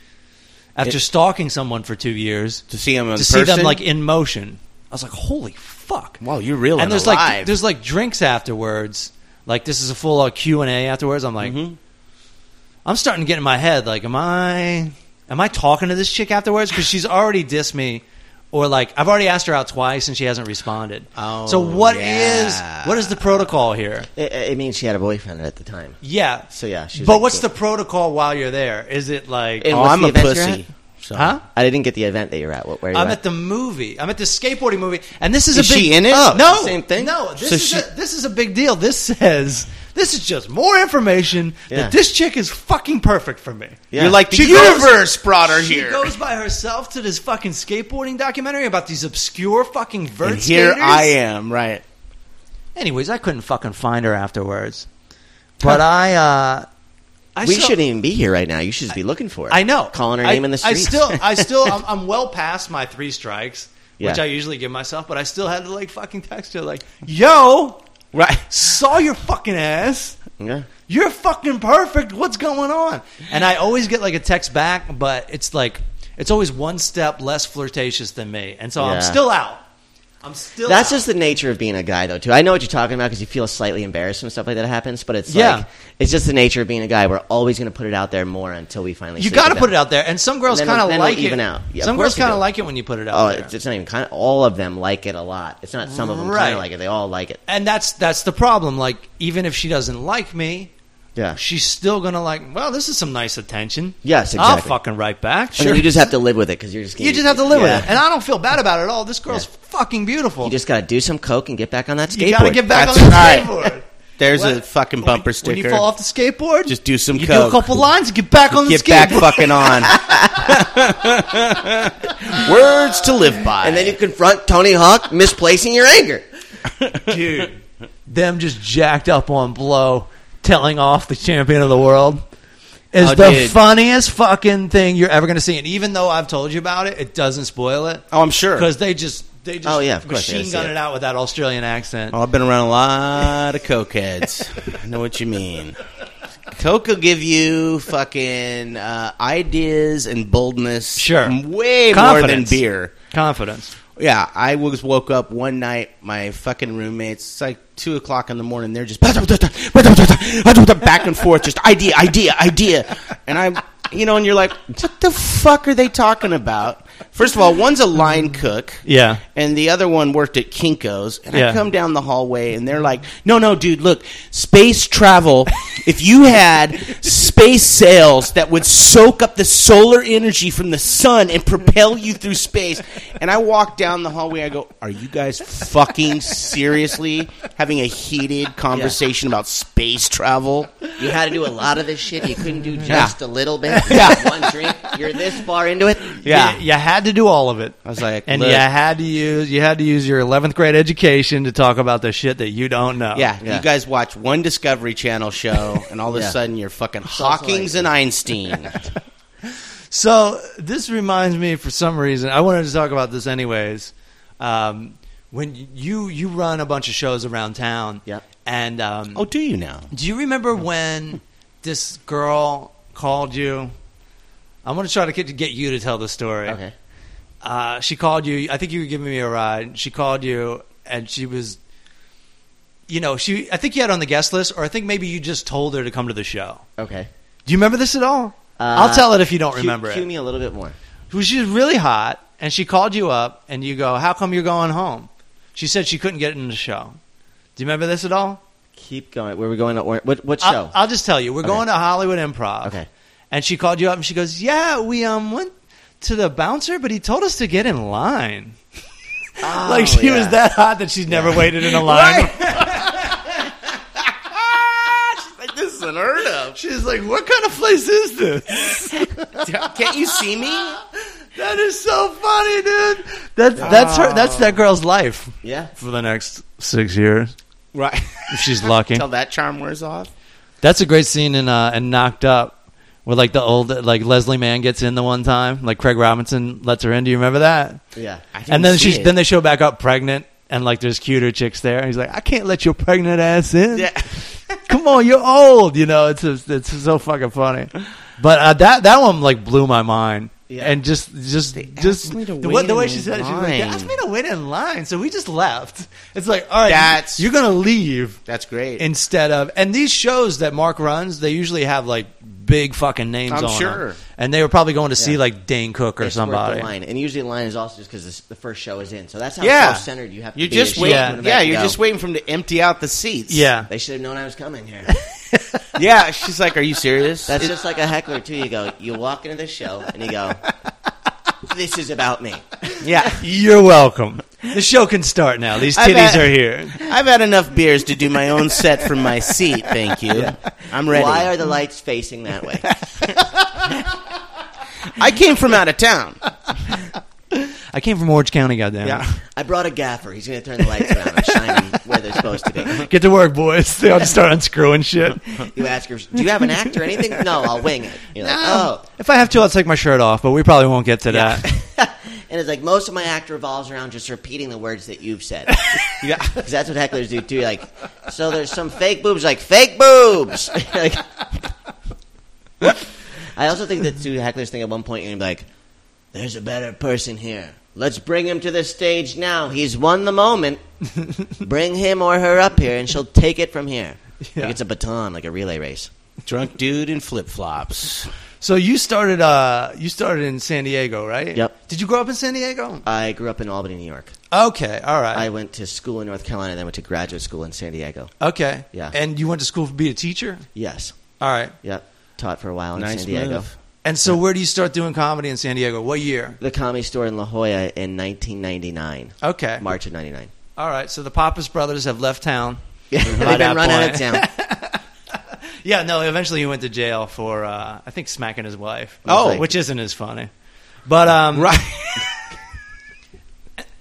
Speaker 1: after stalking someone for two years
Speaker 2: To see him in
Speaker 1: to see them
Speaker 2: person?
Speaker 1: like in motion. I was like, holy fuck.
Speaker 2: Wow, you're real and
Speaker 1: and there's like
Speaker 2: alive.
Speaker 1: there's like drinks afterwards. Like this is a full on Q and A afterwards. I'm like
Speaker 2: Mm-hmm.
Speaker 1: I'm starting to get in my head, like, am I am I talking to this chick afterwards? Because she's already dissed me. Or like I've already asked her out twice and she hasn't responded.
Speaker 2: Oh,
Speaker 1: so what is
Speaker 2: yeah.
Speaker 1: what is the protocol here?
Speaker 3: It, it means she had a boyfriend at the time.
Speaker 1: Yeah.
Speaker 3: So, yeah, she was
Speaker 1: But
Speaker 3: like,
Speaker 1: what's
Speaker 3: "Cool."
Speaker 1: the protocol while you're there? Is it like
Speaker 3: And
Speaker 2: oh,
Speaker 3: what's
Speaker 2: I'm
Speaker 3: the
Speaker 2: a
Speaker 3: event you're
Speaker 2: pussy. So-
Speaker 1: Huh?
Speaker 3: I didn't get the event that you're at. What? Where you
Speaker 1: I'm at the movie. I'm at the skateboarding movie, and this is,
Speaker 2: Is
Speaker 1: a big
Speaker 2: she in it?
Speaker 1: Oh,
Speaker 2: It's
Speaker 1: no,
Speaker 2: the same thing?
Speaker 1: No, this
Speaker 2: So
Speaker 1: is
Speaker 2: she-
Speaker 1: a, this is a big deal. This says this is just more information
Speaker 3: Yeah.
Speaker 1: that this chick is fucking perfect for me.
Speaker 3: Yeah.
Speaker 2: You're like the
Speaker 1: She goes-
Speaker 2: universe brought her
Speaker 1: She
Speaker 2: here.
Speaker 1: goes by herself to this fucking skateboarding documentary about these obscure fucking vert
Speaker 2: and here
Speaker 1: skaters.
Speaker 2: I am, right?
Speaker 1: Anyways, I couldn't fucking find her afterwards, but I. uh I
Speaker 3: we
Speaker 1: still-
Speaker 3: shouldn't even be here right now. You should just be looking for her.
Speaker 1: I know.
Speaker 3: Calling her
Speaker 1: I-
Speaker 3: name in the streets.
Speaker 1: I still, I still, I'm, I'm well past my three strikes, which
Speaker 3: Yeah.
Speaker 1: I usually give myself, but I still had to like fucking text her like, "Yo,
Speaker 2: Right.
Speaker 1: saw your fucking ass.
Speaker 3: yeah.
Speaker 1: You're fucking perfect. What's going on?" And I always get like a text back, but it's like it's always one step less flirtatious than me, and so
Speaker 3: Yeah.
Speaker 1: I'm still out. I'm still.
Speaker 3: That's
Speaker 1: out.
Speaker 3: just the nature of being a guy, though. Too, I know what you're talking about because you feel slightly embarrassed when stuff like that happens. But it's
Speaker 1: Yeah.
Speaker 3: like it's just the nature of being a guy. We're always going to put it out there more until we finally.
Speaker 1: You
Speaker 3: got to
Speaker 1: put it out there, and some girls
Speaker 3: And then
Speaker 1: kind
Speaker 3: it'll-
Speaker 1: of
Speaker 3: then it'll
Speaker 1: like
Speaker 3: even
Speaker 1: it.
Speaker 3: out. Yeah, of
Speaker 1: some
Speaker 3: course
Speaker 1: girls
Speaker 3: you
Speaker 1: kind of
Speaker 3: do.
Speaker 1: like it when you put it out
Speaker 3: Oh,
Speaker 1: there.
Speaker 3: it's, it's not even kind of. All of them like it a lot. It's not some of them kind
Speaker 1: Right.
Speaker 3: of like it. They all like it.
Speaker 1: and that's that's the problem. Like, even if she doesn't like me,
Speaker 3: Yeah.
Speaker 1: she's still gonna like. Well, this is some nice attention.
Speaker 3: Yes,
Speaker 1: I'll
Speaker 3: exactly.
Speaker 1: fucking write back.
Speaker 3: And then you just have to live with it because you're just.
Speaker 1: You just have to live
Speaker 3: Yeah.
Speaker 1: with it, and I don't feel bad about it at all. This girl's
Speaker 3: Yeah.
Speaker 1: fucking beautiful.
Speaker 3: You just got to do some coke and get back on that skateboard.
Speaker 1: You gotta get back
Speaker 2: That's
Speaker 1: on the
Speaker 2: right.
Speaker 1: skateboard.
Speaker 2: There's
Speaker 1: What?
Speaker 2: a
Speaker 1: When
Speaker 2: fucking
Speaker 1: you-
Speaker 2: bumper sticker.
Speaker 1: When you fall off the skateboard,
Speaker 2: Just do some
Speaker 1: You do a
Speaker 2: coke.
Speaker 1: couple lines and get back on the
Speaker 2: Get
Speaker 1: skateboard.
Speaker 2: back fucking on. Words to live by.
Speaker 3: And then you confront Tony Hawk misplacing your anger.
Speaker 1: dude. Them just jacked up on blow, telling off the champion of the world is
Speaker 2: Oh,
Speaker 1: the
Speaker 2: dude.
Speaker 1: funniest fucking thing you're ever gonna see. And even though I've told you about it, it doesn't spoil it
Speaker 2: oh, I'm sure.
Speaker 1: because they just they just
Speaker 3: Oh, yeah, of course,
Speaker 1: machine
Speaker 3: yeah,
Speaker 1: gun
Speaker 3: yeah.
Speaker 1: it out with that Australian accent.
Speaker 2: Oh, I've been around a lot of cokeheads. I know what you mean. Coke will give you fucking uh, ideas and boldness.
Speaker 1: Sure.
Speaker 2: Way more than
Speaker 1: Confidence.
Speaker 2: beer.
Speaker 1: Confidence.
Speaker 2: Yeah, I was woke up one night. My fucking roommates. It's like two o'clock in the morning. They're just back and forth, just idea, idea, idea, and I, you know, and you're like, what the fuck are they talking about? First of all, one's a line cook.
Speaker 1: Yeah.
Speaker 2: And the other one worked at Kinko's. And I
Speaker 1: Yeah.
Speaker 2: come down the hallway and they're like, no, no, dude, look, space travel, if you had space sails that would soak up the solar energy from the sun and propel you through space. And I walk down the hallway, I go, are you guys fucking seriously having a heated conversation about space travel?
Speaker 3: You had to do a lot of this shit. You couldn't do just a little bit.
Speaker 2: Yeah.
Speaker 3: One drink. You're this far into it.
Speaker 2: Yeah.
Speaker 1: You, you had to do all of it.
Speaker 2: I was like,
Speaker 1: and
Speaker 2: look.
Speaker 1: you had to use you had to use your 11th grade education to talk about the shit that you don't know.
Speaker 2: Yeah,
Speaker 3: Yeah.
Speaker 2: you guys watch one Discovery Channel show, and all of a
Speaker 3: Yeah.
Speaker 2: sudden you're fucking
Speaker 3: also
Speaker 2: Hawking's and Einstein.
Speaker 1: So this reminds me, for some reason, I wanted to talk about this anyways. Um, when you you run a bunch of shows around town,
Speaker 3: Yeah.
Speaker 1: And um,
Speaker 2: oh, do you now?
Speaker 1: do you remember when this girl called you? I'm going to try to get, get you to tell the story.
Speaker 3: Okay.
Speaker 1: Uh, she called you. I think you were giving me a ride. She called you, and she was, you know, she. I think you had her on the guest list, or I think maybe you just told her to come to the show.
Speaker 3: Okay.
Speaker 1: Do you remember this at all? I'll tell it if you don't remember
Speaker 3: Uh, cue,
Speaker 1: it.
Speaker 3: Cue me a little bit more.
Speaker 1: Well, she was really hot, and she called you up, and you go, "How come you're going home?" She said she couldn't get in the show. Do you remember this at all?
Speaker 3: Keep going. Where we going? To, or- what, what show?
Speaker 1: I'll, I'll just tell you, we're
Speaker 3: Okay.
Speaker 1: going to Hollywood Improv.
Speaker 3: Okay.
Speaker 1: And she called you up, and she goes, "Yeah, we um went to the bouncer, but he told us to get in line." like she
Speaker 3: yeah.
Speaker 1: was that hot that she's never waited in a line.
Speaker 2: Like this is unheard of.
Speaker 1: She's like, "What kind of place is this?"
Speaker 2: Can't you see me?
Speaker 1: That is so funny, dude. That's that's her. That's that girl's life
Speaker 3: yeah.
Speaker 1: for the next six years
Speaker 2: Right.
Speaker 1: if she's lucky.
Speaker 2: Until that charm wears off.
Speaker 1: That's a great scene in uh, in Knocked Up, where like the old like Leslie Mann gets in the one time, like Craig Robinson lets her in. Do you remember that?
Speaker 3: Yeah.
Speaker 1: And then she's
Speaker 2: she
Speaker 1: then they show back up pregnant, and like there's cuter chicks there. And he's like, I can't let your pregnant ass in.
Speaker 2: Yeah.
Speaker 1: Come on, you're old. You know, it's just, it's so fucking funny. But uh, that that one like blew my mind.
Speaker 3: Yeah.
Speaker 1: And just, just,
Speaker 2: asked
Speaker 1: just
Speaker 2: me to
Speaker 1: the, way, the
Speaker 2: wait
Speaker 1: way
Speaker 2: in
Speaker 1: she said it, she was like, "They
Speaker 2: line."
Speaker 1: asked me to wait in line," so we just left. It's like, all right,
Speaker 2: That's-
Speaker 1: you're gonna leave
Speaker 2: That's great.
Speaker 1: instead of and these shows that Mark runs, they usually have like big fucking names
Speaker 2: I'm
Speaker 1: on
Speaker 2: sure.
Speaker 1: them. And they were probably going to see
Speaker 3: Yeah.
Speaker 1: like Dane Cook or
Speaker 3: It's worth
Speaker 1: somebody.
Speaker 3: The line. And usually the line is also just because the first show is in. So that's how
Speaker 2: yeah.
Speaker 3: self-centered you have to
Speaker 2: You're
Speaker 3: be.
Speaker 2: just
Speaker 3: to
Speaker 1: wait-
Speaker 3: show up
Speaker 1: when
Speaker 2: waiting.
Speaker 3: and
Speaker 2: Yeah,
Speaker 3: about to
Speaker 2: you're
Speaker 3: go.
Speaker 2: just waiting for them to empty out the seats.
Speaker 1: Yeah.
Speaker 3: They should have known I was coming here.
Speaker 2: Yeah. She's like, Are you serious?
Speaker 3: That's just like a heckler, too. You go, you walk into the show and you go, this is about me.
Speaker 2: yeah.
Speaker 1: You're welcome. The show can start now. These
Speaker 2: I
Speaker 1: titties
Speaker 2: bet.
Speaker 1: are here.
Speaker 2: I've had enough beers to do my own set from my seat. Thank you. I'm ready.
Speaker 3: Why are the lights facing that way?
Speaker 2: I came from out of town.
Speaker 1: I came from Orange County, goddamn.
Speaker 2: Yeah.
Speaker 1: it.
Speaker 3: I brought a gaffer. He's going to turn the lights around and shine them where they're supposed to be.
Speaker 1: Get to work, boys. They all just start unscrewing shit.
Speaker 3: You ask her, do you have an act or anything? No, I'll wing it. You're like, oh.
Speaker 1: Um, If I have to, I'll take my shirt off, but we probably won't get to that.
Speaker 3: And it's like most of my act revolves around just repeating the words that you've said.
Speaker 2: Yeah.
Speaker 3: Because that's what hecklers do too. Like, so there's some fake boobs, like fake boobs. like, I also think that two hecklers think at one point you're gonna be like, "There's a better person here. Let's bring him to the stage now. He's won the moment. bring him or her up here, and she'll take it from here.
Speaker 1: Yeah.
Speaker 3: Like it's a baton, like a relay race.
Speaker 2: Drunk dude in flip flops.
Speaker 1: So you started uh you started in San Diego, right?
Speaker 3: Yep.
Speaker 1: Did you grow up in San Diego?
Speaker 3: I grew up in Albany, New York.
Speaker 1: Okay, all right.
Speaker 3: I went to school in North Carolina, then went to graduate school in San Diego.
Speaker 1: okay.
Speaker 3: Yeah.
Speaker 1: And you went to school to be a teacher?
Speaker 3: Yes.
Speaker 1: All right.
Speaker 3: Yep. Taught for a while in
Speaker 2: Nice
Speaker 3: San Diego.
Speaker 2: move.
Speaker 1: And so where do you start doing comedy in San Diego? What year?
Speaker 3: The comedy store in La Jolla in 1999.
Speaker 1: Okay.
Speaker 3: March of 99.
Speaker 1: All right. So the Pappas brothers have left town.
Speaker 3: Yeah, they've
Speaker 1: By that
Speaker 3: been run out of
Speaker 1: point.
Speaker 3: town.
Speaker 1: Yeah, no, eventually he went to jail for uh, I think smacking his wife.
Speaker 3: Oh.
Speaker 1: which isn't as funny. But um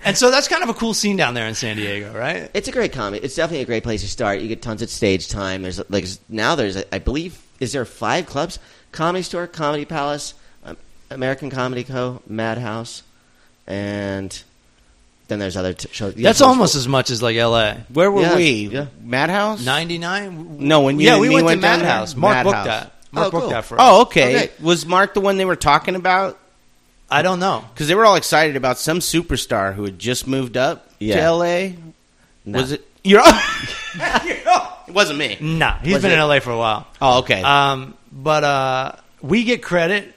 Speaker 1: And so that's kind of a cool scene down there in San Diego, right?
Speaker 3: It's a great comedy. It's definitely a great place to start. You get tons of stage time. There's like now there's I believe is there five clubs? Comedy Store, Comedy Palace, um, American Comedy Co, Madhouse, and then there's other t- shows.
Speaker 1: That's almost as much as like LA.
Speaker 2: Where were
Speaker 3: Yeah,
Speaker 2: we?
Speaker 3: yeah.
Speaker 2: Madhouse?
Speaker 1: 99?
Speaker 2: No, when you
Speaker 1: Yeah,
Speaker 2: and
Speaker 1: we
Speaker 2: me
Speaker 1: went,
Speaker 2: went
Speaker 1: to
Speaker 2: down there.
Speaker 1: Madhouse. Mark booked
Speaker 2: Madhouse.
Speaker 1: that. Mark
Speaker 3: Oh,
Speaker 1: booked
Speaker 3: cool.
Speaker 1: that for us.
Speaker 2: Oh, okay.
Speaker 3: Okay.
Speaker 2: Was Mark the one they were talking about?
Speaker 1: I don't know.
Speaker 2: Because they were all excited about some superstar who had just moved up
Speaker 3: Yeah.
Speaker 2: to L.A.
Speaker 3: No.
Speaker 2: Was it? You're. it wasn't me.
Speaker 1: Nah, he's
Speaker 3: Was
Speaker 1: been in
Speaker 3: it-
Speaker 1: LA for a while.
Speaker 2: Oh, okay.
Speaker 1: Um, but uh, we get credit.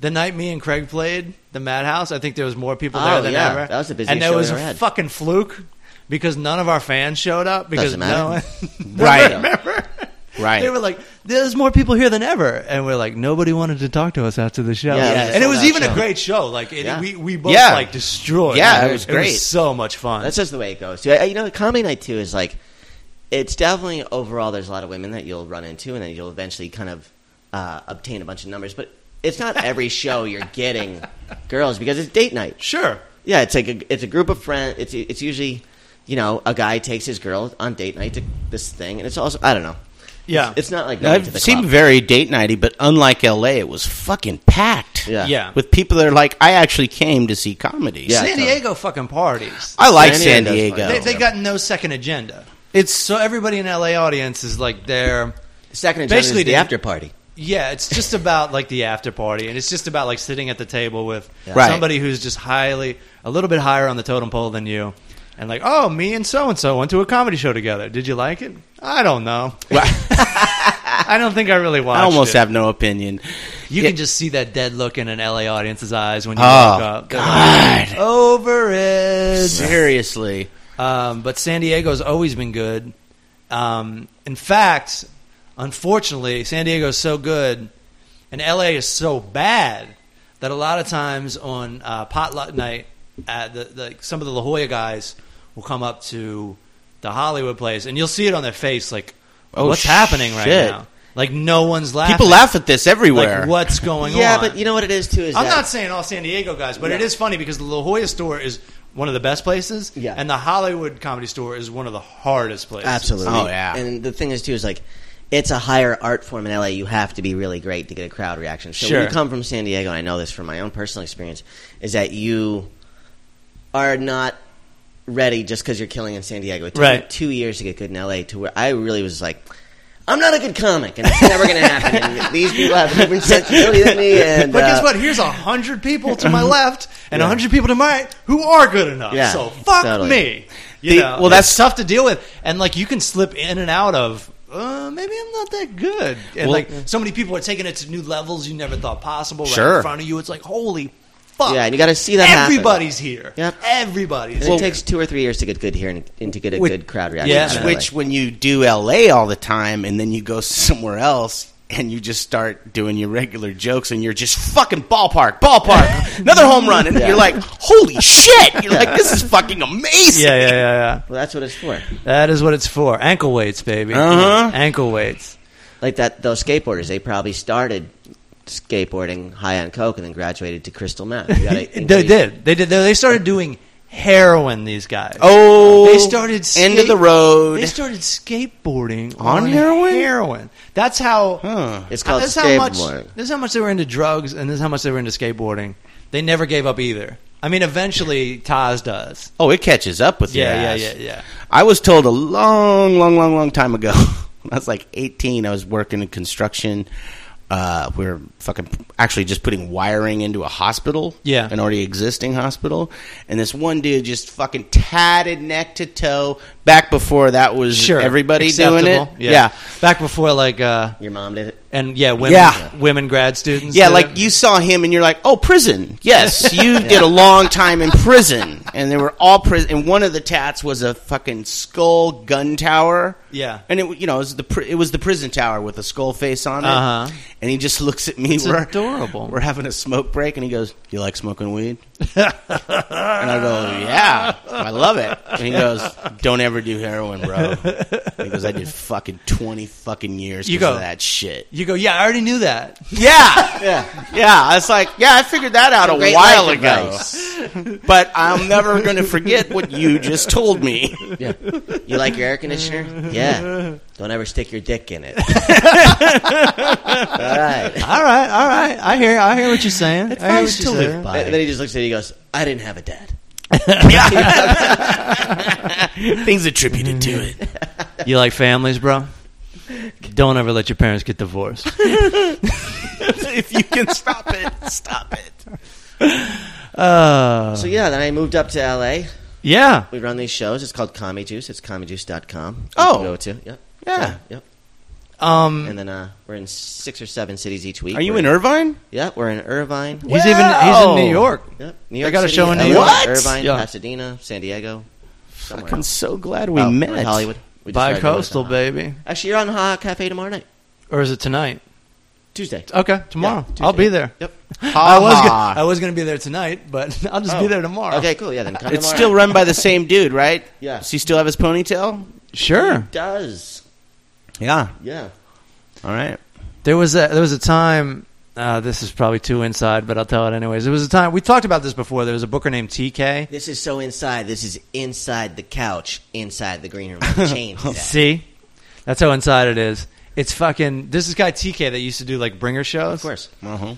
Speaker 1: The night me and Craig played the Madhouse, I think there was more people there
Speaker 3: Oh,
Speaker 1: than
Speaker 3: yeah.
Speaker 1: ever.
Speaker 3: That was the busiest
Speaker 1: and there
Speaker 3: show
Speaker 1: was
Speaker 3: we
Speaker 1: a
Speaker 3: ever had.
Speaker 1: fucking fluke because none of our fans showed up because
Speaker 3: Doesn't
Speaker 1: no one
Speaker 3: matter.
Speaker 2: Right.
Speaker 1: remember.
Speaker 2: Right.
Speaker 1: They were like, "There's more people here than ever," and we're like, "Nobody wanted to talk to us after the show."
Speaker 3: Yeah, it was a
Speaker 1: and it was
Speaker 3: sold-out
Speaker 1: even
Speaker 3: show.
Speaker 1: a great show. Like, it,
Speaker 3: Yeah.
Speaker 1: we we both
Speaker 2: Yeah.
Speaker 1: like destroyed.
Speaker 2: Yeah, it was great.
Speaker 1: so much fun.
Speaker 3: That's just the way it goes. too. I- I- You know, comedy night too is like, it's definitely overall. There's a lot of women that you'll run into, and then you'll eventually kind of uh, obtain a bunch of numbers. But it's not every show you're getting girls because it's date night.
Speaker 1: sure.
Speaker 3: Yeah, it's like a, it's a group of friends. It's it's usually, you know, a guy takes his girl on date night to this thing, and it's also I don't know.
Speaker 1: Yeah.
Speaker 3: It's not like going to the
Speaker 2: It seemed
Speaker 3: club.
Speaker 2: very date nighty, but unlike L.A., it was fucking packed.
Speaker 3: Yeah.
Speaker 1: yeah.
Speaker 2: With people that are like, I actually came to see comedy.
Speaker 3: uh, Yeah.
Speaker 1: San
Speaker 3: totally.
Speaker 1: Diego fucking parties.
Speaker 2: I like San
Speaker 3: San Diego's
Speaker 2: Diego.
Speaker 1: They, they got no second agenda. It's so everybody in LA audience is like they're
Speaker 3: Second and
Speaker 1: Basically
Speaker 3: basically the
Speaker 1: the-
Speaker 3: after party.
Speaker 1: yeah. It's just about like the after party, and it's just about like sitting at the table with
Speaker 2: Right.
Speaker 1: somebody who's just highly a little bit higher on the totem pole than you, and like oh me and so and so went to a comedy show together. Did you like it? I don't know. I don't think I really watched.
Speaker 2: I almost
Speaker 1: it.
Speaker 2: have no opinion.
Speaker 1: You
Speaker 2: Yeah.
Speaker 1: can just see that dead look in an LA audience's eyes when you
Speaker 2: Oh,
Speaker 1: walk up. They're
Speaker 2: God.
Speaker 1: like, over it.
Speaker 2: Seriously.
Speaker 1: Um, but San Diego's always been good. Um, in fact, unfortunately, San Diego's so good and LA is so bad that a lot of times on uh, potluck night, uh the, the, some of the La Jolla guys will come up to the Hollywood place and you'll see it on their face like,
Speaker 2: Oh,
Speaker 1: what's happening right
Speaker 2: shit.
Speaker 1: now? Like, no one's laughing.
Speaker 2: People laugh at this everywhere.
Speaker 1: Like, what's going on?
Speaker 3: Yeah, but you know what it is too is
Speaker 1: I'm
Speaker 3: that-
Speaker 1: not saying all San Diego guys, but it is funny because the La Jolla store is one of the best places,
Speaker 3: Yeah.
Speaker 1: and the Hollywood Comedy Store is one of the hardest places.
Speaker 3: Absolutely.
Speaker 2: Oh, yeah.
Speaker 3: And the thing is too is like it's a higher art form in LA. You have to be really great to get a crowd reaction. So
Speaker 1: Sure.
Speaker 3: when you come from San Diego, and I know this from my own personal experience, is that you are not ready just because you're killing in San Diego. It took me
Speaker 1: Right.
Speaker 3: two years to get good in LA to where I really was like I'm not a good comic, and it's never going to happen. And these people have different sensibility than me. And,
Speaker 1: But guess
Speaker 3: uh,
Speaker 1: what? Here's a hundred people to my left and a hundred people to my right who are good enough.
Speaker 3: Yeah,
Speaker 1: so fuck
Speaker 3: totally.
Speaker 1: me. You
Speaker 2: The-
Speaker 1: know,
Speaker 2: well,
Speaker 1: well,
Speaker 2: that's-
Speaker 1: that's tough to deal with, and like you can slip in and out of. Uh, maybe I'm not that good, and
Speaker 2: Well-
Speaker 1: like so many people are taking it to new levels you never thought possible. Right
Speaker 2: Sure.
Speaker 1: in front of you, it's like holy fuck.
Speaker 3: Yeah, and you gotta see that happen.
Speaker 1: everybody's here.
Speaker 3: Yep.
Speaker 1: everybody's.
Speaker 3: And
Speaker 1: here.
Speaker 3: it takes two or three years to get good here and, and to get a
Speaker 2: Which-
Speaker 3: good crowd reaction.
Speaker 1: yeah.
Speaker 3: in LA.
Speaker 2: Which, when you do LA all the time and then you go somewhere else and you just start doing your regular jokes and you're just fucking ballpark, ballpark, another home run. And you're like, holy shit. You're like, this is fucking amazing.
Speaker 1: yeah, yeah, yeah, yeah.
Speaker 3: well, that's what it's for.
Speaker 1: That is what it's for. Ankle weights, baby.
Speaker 2: Uh-huh.
Speaker 1: Ankle weights.
Speaker 3: like that those skateboarders they probably started skateboarding high on coke and then graduated to crystal meth You gotta
Speaker 1: They
Speaker 3: increase-
Speaker 1: did. They did. They started doing heroin. These guys.
Speaker 2: Oh,
Speaker 1: They started skate-
Speaker 2: end of the road.
Speaker 1: They started skateboarding
Speaker 2: On
Speaker 1: on,
Speaker 2: heroin?
Speaker 1: Heroin. That's how.
Speaker 2: Huh.
Speaker 3: it's called
Speaker 1: that's how much.
Speaker 3: skateboarding
Speaker 1: This is how much they were into drugs, and this is how much they were into skateboarding. They never gave up either. I mean, eventually Taz does.
Speaker 2: Oh, it catches up with
Speaker 1: Yeah,
Speaker 2: your
Speaker 1: yeah,
Speaker 2: ass.
Speaker 1: yeah, yeah.
Speaker 2: I was told a long, long, long, long time ago. When I was like 18. I was working in construction uh, we were fucking actually just putting wiring into a hospital,
Speaker 1: Yeah.
Speaker 2: an already existing hospital, and this one dude just fucking tatted neck to toe. Back before that was
Speaker 1: Sure,
Speaker 2: everybody doing
Speaker 1: acceptable.
Speaker 2: it, yeah.
Speaker 1: Back before, like, uh,
Speaker 3: Your mom did it.
Speaker 1: and yeah, women,
Speaker 2: Yeah.
Speaker 1: women grad students.
Speaker 2: Yeah,
Speaker 1: did
Speaker 2: like
Speaker 1: it.
Speaker 2: you saw him and you're like, oh, prison. Yes, you did a long time in prison. And they were all prison. And one of the tats was a fucking skull gun tower.
Speaker 1: Yeah.
Speaker 2: And it, you know, it was the, pri- it was the prison tower with a skull face on it.
Speaker 1: Uh-huh.
Speaker 2: And he just looks at me.
Speaker 1: It's
Speaker 2: we're,
Speaker 1: adorable.
Speaker 2: We're having a smoke break and he goes, you like smoking weed? and I go, yeah, I love it. And he goes, don't ever do heroin, bro. He goes, I did fucking 20 fucking years
Speaker 1: You
Speaker 2: because
Speaker 1: go-
Speaker 2: of that shit.
Speaker 1: you go. Yeah, I already knew that.
Speaker 2: Yeah, yeah, yeah. I was like, yeah, I figured that out a
Speaker 3: Great
Speaker 2: while
Speaker 3: life
Speaker 2: ago,
Speaker 3: advice.
Speaker 2: but I'm never going to forget what you just told me.
Speaker 3: Yeah. You like your air conditioner? Yeah. Don't ever stick your dick in it. All right.
Speaker 1: All right, all right. I hear, I hear what you're saying. I hear
Speaker 3: nice
Speaker 1: what you're
Speaker 3: to
Speaker 1: saying.
Speaker 3: live by. And then he just looks at you and goes, I didn't have a dad.
Speaker 2: Things attributed to it.
Speaker 1: You like families, bro? Don't ever let your parents get divorced.
Speaker 2: if you can stop it, stop it.
Speaker 1: Uh,
Speaker 3: So yeah, then I moved up to LA.
Speaker 1: yeah.
Speaker 3: We run these shows. It's called Comedy Juice. It's comedyjuice.com. You
Speaker 2: Oh.
Speaker 3: can Go to. Yep.
Speaker 2: Yeah.
Speaker 3: Yep.
Speaker 1: Um,
Speaker 3: And then uh, we're in six or seven cities each week.
Speaker 2: Are you
Speaker 3: We're
Speaker 2: in Irvine?
Speaker 3: Yep, we're in Irvine.
Speaker 1: he's even he's in New
Speaker 2: Wow.
Speaker 1: York.
Speaker 3: Yep. New
Speaker 1: They
Speaker 3: York
Speaker 1: got a
Speaker 3: City,
Speaker 1: show in New
Speaker 3: LA,
Speaker 2: York?
Speaker 3: Irvine,
Speaker 1: Yeah.
Speaker 3: Pasadena, San Diego. Somewhere
Speaker 2: I'm
Speaker 3: else.
Speaker 2: so glad we
Speaker 3: Oh,
Speaker 2: met.
Speaker 3: North Hollywood. We just started doing this
Speaker 1: Bi-coastal,
Speaker 3: on-
Speaker 1: baby.
Speaker 3: Actually, you're on Ha Cafe tomorrow night.
Speaker 1: Or is it tonight?
Speaker 3: Tuesday.
Speaker 1: Okay, tomorrow.
Speaker 3: Yeah,
Speaker 1: I'll
Speaker 3: Tuesday.
Speaker 1: be there.
Speaker 3: Yep.
Speaker 1: I
Speaker 2: Ha
Speaker 1: was go-
Speaker 2: ha.
Speaker 1: I was going to be there tonight, but I'll just be there tomorrow.
Speaker 3: Oh. Okay, cool. Yeah, then come
Speaker 2: It's
Speaker 3: tomorrow.
Speaker 2: still run by the same dude, right?
Speaker 3: Yeah.
Speaker 2: Does he still have his ponytail?
Speaker 1: Sure.
Speaker 3: does.
Speaker 2: Yeah.
Speaker 3: Yeah.
Speaker 2: All right.
Speaker 1: There was a there was a time. Uh, this is probably too inside, but I'll tell it anyways. There was a time we talked about this before. There was a booker named TK.
Speaker 3: This is so inside. This is inside the couch, inside the green room. Change that.
Speaker 1: See, that's how inside it is. It's fucking. This is guy TK that used to do like bringer shows.
Speaker 3: Of course.
Speaker 2: Uh-huh.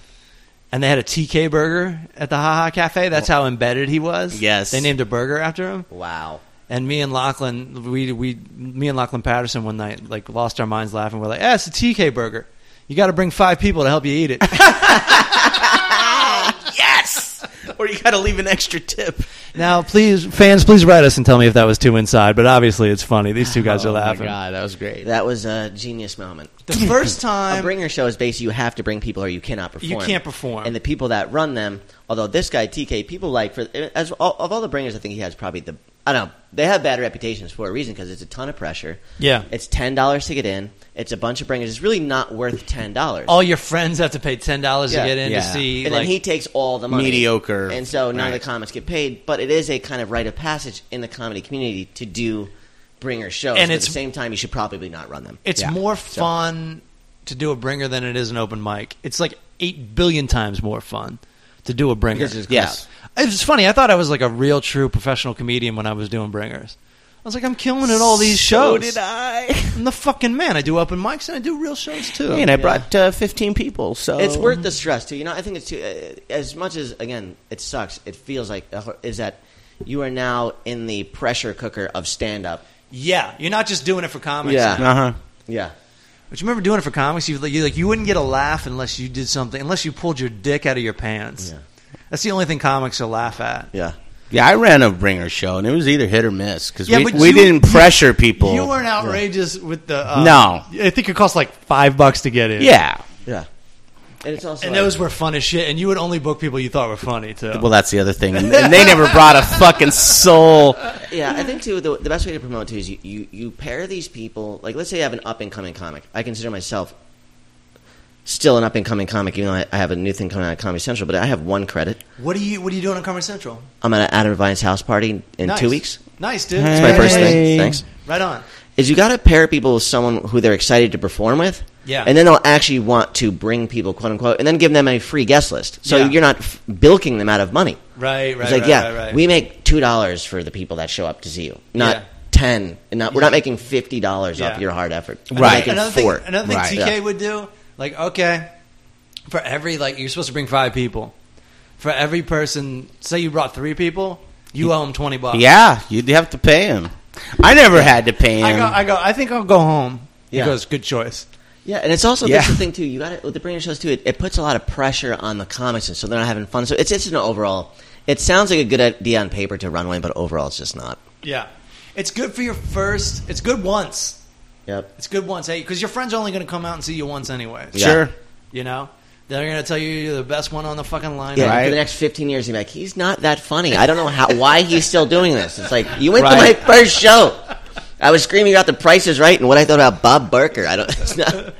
Speaker 1: and they had a TK burger at the Ha Ha Cafe. That's how embedded he was.
Speaker 2: Yes.
Speaker 1: they named a burger after him.
Speaker 3: Wow.
Speaker 1: And me and Lachlan, we we me and Lachlan Patterson one night like lost our minds laughing. We're like, "Ah, it's a TK burger. You got to bring five people to help you eat it."
Speaker 2: Yes. Or you got to leave an extra tip.
Speaker 1: now, please, fans, please write us and tell me if that was too inside. But obviously, it's funny. These two guys are laughing.
Speaker 2: that was great.
Speaker 3: That was a genius moment.
Speaker 1: The first
Speaker 3: A
Speaker 1: time,
Speaker 3: bringer show is basically you have to bring people or you cannot perform.
Speaker 1: You can't perform.
Speaker 3: And the people that run them, although this guy TK, people like for as all, of all the bringers, I think he has probably the I don't know. They have bad reputations for a reason because it's a ton of pressure.
Speaker 1: Yeah.
Speaker 3: It's ten dollars to get in. It's a bunch of bringers. It's really not worth ten dollars.
Speaker 1: all your friends have to pay ten dollars
Speaker 3: Yeah.
Speaker 1: to get in
Speaker 2: Yeah.
Speaker 1: to see.
Speaker 3: and
Speaker 1: like,
Speaker 3: then he takes all the money.
Speaker 2: Mediocre.
Speaker 3: And so none of
Speaker 2: Right.
Speaker 3: the comics get paid, but it is a kind of rite of passage in the comedy community to do bringer shows.
Speaker 1: And
Speaker 3: but
Speaker 1: it's-
Speaker 3: at the same time, you should probably not run them.
Speaker 1: It's
Speaker 2: Yeah.
Speaker 1: more fun to do a bringer than it is an open mic. It's like eight billion times more fun to do a bringer.
Speaker 3: Because there's a
Speaker 2: Yes.
Speaker 1: It's funny. I thought I was like a real, true professional comedian when I was doing bringers. I was like, I'm killing at all these
Speaker 2: So
Speaker 1: shows.
Speaker 2: did I.
Speaker 1: I'm the fucking man. I do open mics and I do real shows too.
Speaker 2: and I brought uh, 15 people, so
Speaker 3: It's
Speaker 1: Oh.
Speaker 3: worth the stress too. You know, I think it's too. Uh, as much as again, it sucks. It feels like uh, is that you are now in the pressure cooker of stand up.
Speaker 1: yeah, you're not just doing it for comics.
Speaker 3: Yeah.
Speaker 1: now.
Speaker 2: Uh huh.
Speaker 3: Yeah,
Speaker 1: But you remember doing it for comics? You like, you like you wouldn't get a laugh unless you did something, unless you pulled your dick out of your pants.
Speaker 3: Yeah.
Speaker 1: That's the only thing comics will laugh at.
Speaker 3: yeah.
Speaker 2: Yeah, I ran a bringer show, and it was either hit or miss because
Speaker 1: Yeah,
Speaker 2: we,
Speaker 1: but
Speaker 2: we
Speaker 1: you-
Speaker 2: didn't pressure people.
Speaker 1: You weren't outrageous with the. Uh,
Speaker 2: No.
Speaker 1: I think it cost like five bucks to get in.
Speaker 2: yeah.
Speaker 3: Yeah, and it's also
Speaker 1: And
Speaker 3: like-
Speaker 1: those were fun as shit. And you would only book people you thought were funny, too.
Speaker 2: Well, that's the other thing, and and they never brought a fucking soul.
Speaker 3: yeah, I think too. The, the best way to promote too is you, you you pair these people. Like, let's say you have an up and coming comic. I consider myself still an up and coming comic, even though I, I have a new thing coming out of Comedy Central. But I have one credit.
Speaker 1: what are you What are you doing on Comedy Central?
Speaker 3: I'm at an Adam Vine's house party in, in
Speaker 1: Nice.
Speaker 3: two weeks.
Speaker 1: Nice, dude.
Speaker 2: It's
Speaker 3: It's my first
Speaker 2: Hey.
Speaker 3: thing. Thanks.
Speaker 1: Right on.
Speaker 3: is you got to pair people with someone who they're excited to perform with.
Speaker 1: Yeah.
Speaker 3: And then they'll actually want to bring people, quote unquote, and then give them a free guest list. So
Speaker 1: Yeah.
Speaker 3: you're not f- bilking them out of money.
Speaker 1: Right, right,
Speaker 3: It's like,
Speaker 1: right,
Speaker 3: yeah,
Speaker 1: right, right.
Speaker 3: we make $2 for the people that show up to see you, not
Speaker 1: Yeah.
Speaker 3: 10 and not, we're not making $50
Speaker 1: Yeah.
Speaker 3: off your hard effort. We're
Speaker 2: Right.
Speaker 3: making
Speaker 1: Another
Speaker 3: four.
Speaker 1: thing, another thing
Speaker 2: Right.
Speaker 1: TK
Speaker 3: Yeah.
Speaker 1: would do, like, okay, for every, like, you're supposed to bring five people. For every person, say you brought three people, you owe them 20 bucks.
Speaker 2: Yeah, you'd have to pay him. I never had to pay him.
Speaker 1: I go, I go, I think I'll go home.
Speaker 3: Yeah.
Speaker 1: He goes, good choice.
Speaker 3: Yeah, and it's also
Speaker 4: Yeah.
Speaker 3: that's the thing too. You got it with the branded shows too. It, it puts a lot of pressure on the comics, and so they're not having fun. So it's it's an overall. It sounds like a good idea on paper to run one, but overall, it's just not.
Speaker 1: Yeah. It's good for your first. It's good once.
Speaker 3: Yep.
Speaker 1: It's good once. Hey, because your friend's only going to come out and see you once anyway.
Speaker 3: Yeah.
Speaker 4: Sure.
Speaker 1: You know? They're going to tell you you're the best one on the fucking line.
Speaker 3: Yeah,
Speaker 4: Right.
Speaker 3: for the next 15 years, you're like, he's not that funny. I don't know how, why he's still doing this. It's like, you went
Speaker 4: Right.
Speaker 3: to my first show. I was screaming about the prices right and what I thought about Bob Barker. I don't, it's not,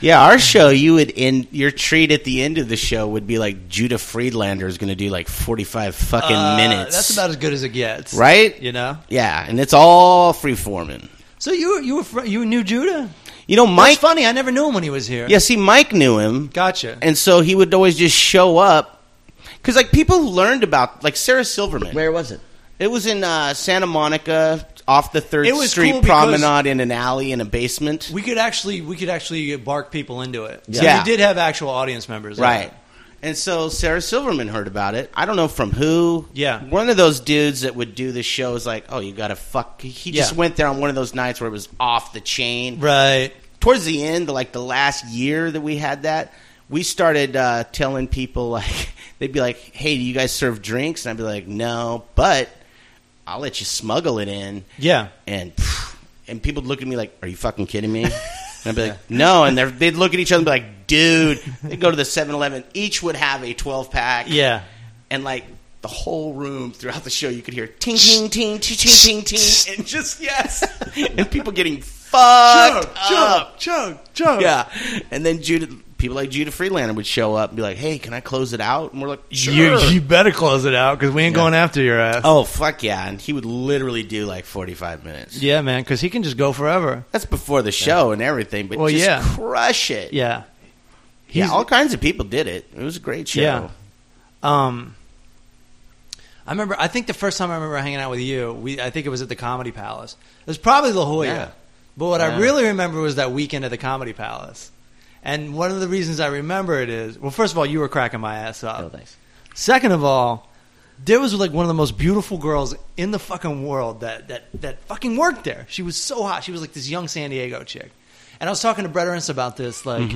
Speaker 2: Yeah, our show, you would end your treat at the end of the show would be like Judah Friedlander is going to do like forty five fucking
Speaker 1: Uh,
Speaker 2: minutes.
Speaker 1: That's about as good as it gets.
Speaker 2: right.
Speaker 1: You know?
Speaker 2: Yeah, and it's all free forming.
Speaker 1: So you were, you were, fr- you knew Judah?
Speaker 2: You know,
Speaker 1: Mike's
Speaker 2: Mike.
Speaker 1: funny. I never knew him when he was here.
Speaker 2: Yeah, see, Mike knew him,
Speaker 1: Gotcha.
Speaker 2: and so he would always just show up because like people learned about like Sarah Silverman.
Speaker 3: where was it?
Speaker 2: It was in uh, Santa Monica, off the Third
Speaker 1: It was
Speaker 2: Street
Speaker 1: cool because-
Speaker 2: Promenade, in an alley in a basement.
Speaker 1: we could actually we could actually bark people into it. So
Speaker 2: Yeah.
Speaker 1: we did have actual audience members.
Speaker 2: Right. And so Sarah Silverman heard about it. I don't know from who.
Speaker 1: Yeah.
Speaker 2: One of those dudes that would do the shows like, oh, you got to fuck. He just
Speaker 1: Yeah.
Speaker 2: went there on one of those nights where it was off the chain.
Speaker 1: Right.
Speaker 2: Towards the end, like the last year that we had that, we started uh, telling people, like, they'd be like, hey, do you guys serve drinks? And I'd be like, no, but I'll let you smuggle it in.
Speaker 1: Yeah.
Speaker 2: And phew, and people would look at me like, "Are you fucking kidding me?" And I'd be like, "No," and they're, they'd look at each other and be like, "Dude," they'd go to the 7-Eleven. Each would have a twelve pack.
Speaker 1: Yeah.
Speaker 2: and like the whole room throughout the show, you could hear ting ting ting ting ting ting ting, and just yes, and people getting fucked up.
Speaker 4: chug, chug.
Speaker 2: Yeah, and then Judah, people like Judah Freelander would show up and be like, "Hey, can I close it out?" And we're like, "Sure."
Speaker 1: You you better close it out because we ain't going after your ass.
Speaker 2: Oh fuck yeah! And he would literally do like forty-five minutes.
Speaker 1: Yeah, man, because he can just go forever.
Speaker 2: That's before the show and everything, but
Speaker 1: Well,
Speaker 2: just
Speaker 1: yeah.
Speaker 2: crush it.
Speaker 1: Yeah.
Speaker 2: yeah,
Speaker 1: He's-
Speaker 2: all kinds of people did it. It was a great show.
Speaker 1: Yeah. Um, I remember. I think the first time I remember hanging out with you, we I think it was at the Comedy Palace. It was probably La Jolla,
Speaker 2: Yeah.
Speaker 1: but what
Speaker 2: Yeah.
Speaker 1: I really remember was that weekend at the Comedy Palace. And one of the reasons I remember it is, well, first of all, you were cracking my ass up.
Speaker 3: Oh, thanks.
Speaker 1: Second of all, there was like one of the most beautiful girls in the fucking world that that that fucking worked there. She was so hot. She was like this young San Diego chick. And I was talking to Brett Ernst about this, like,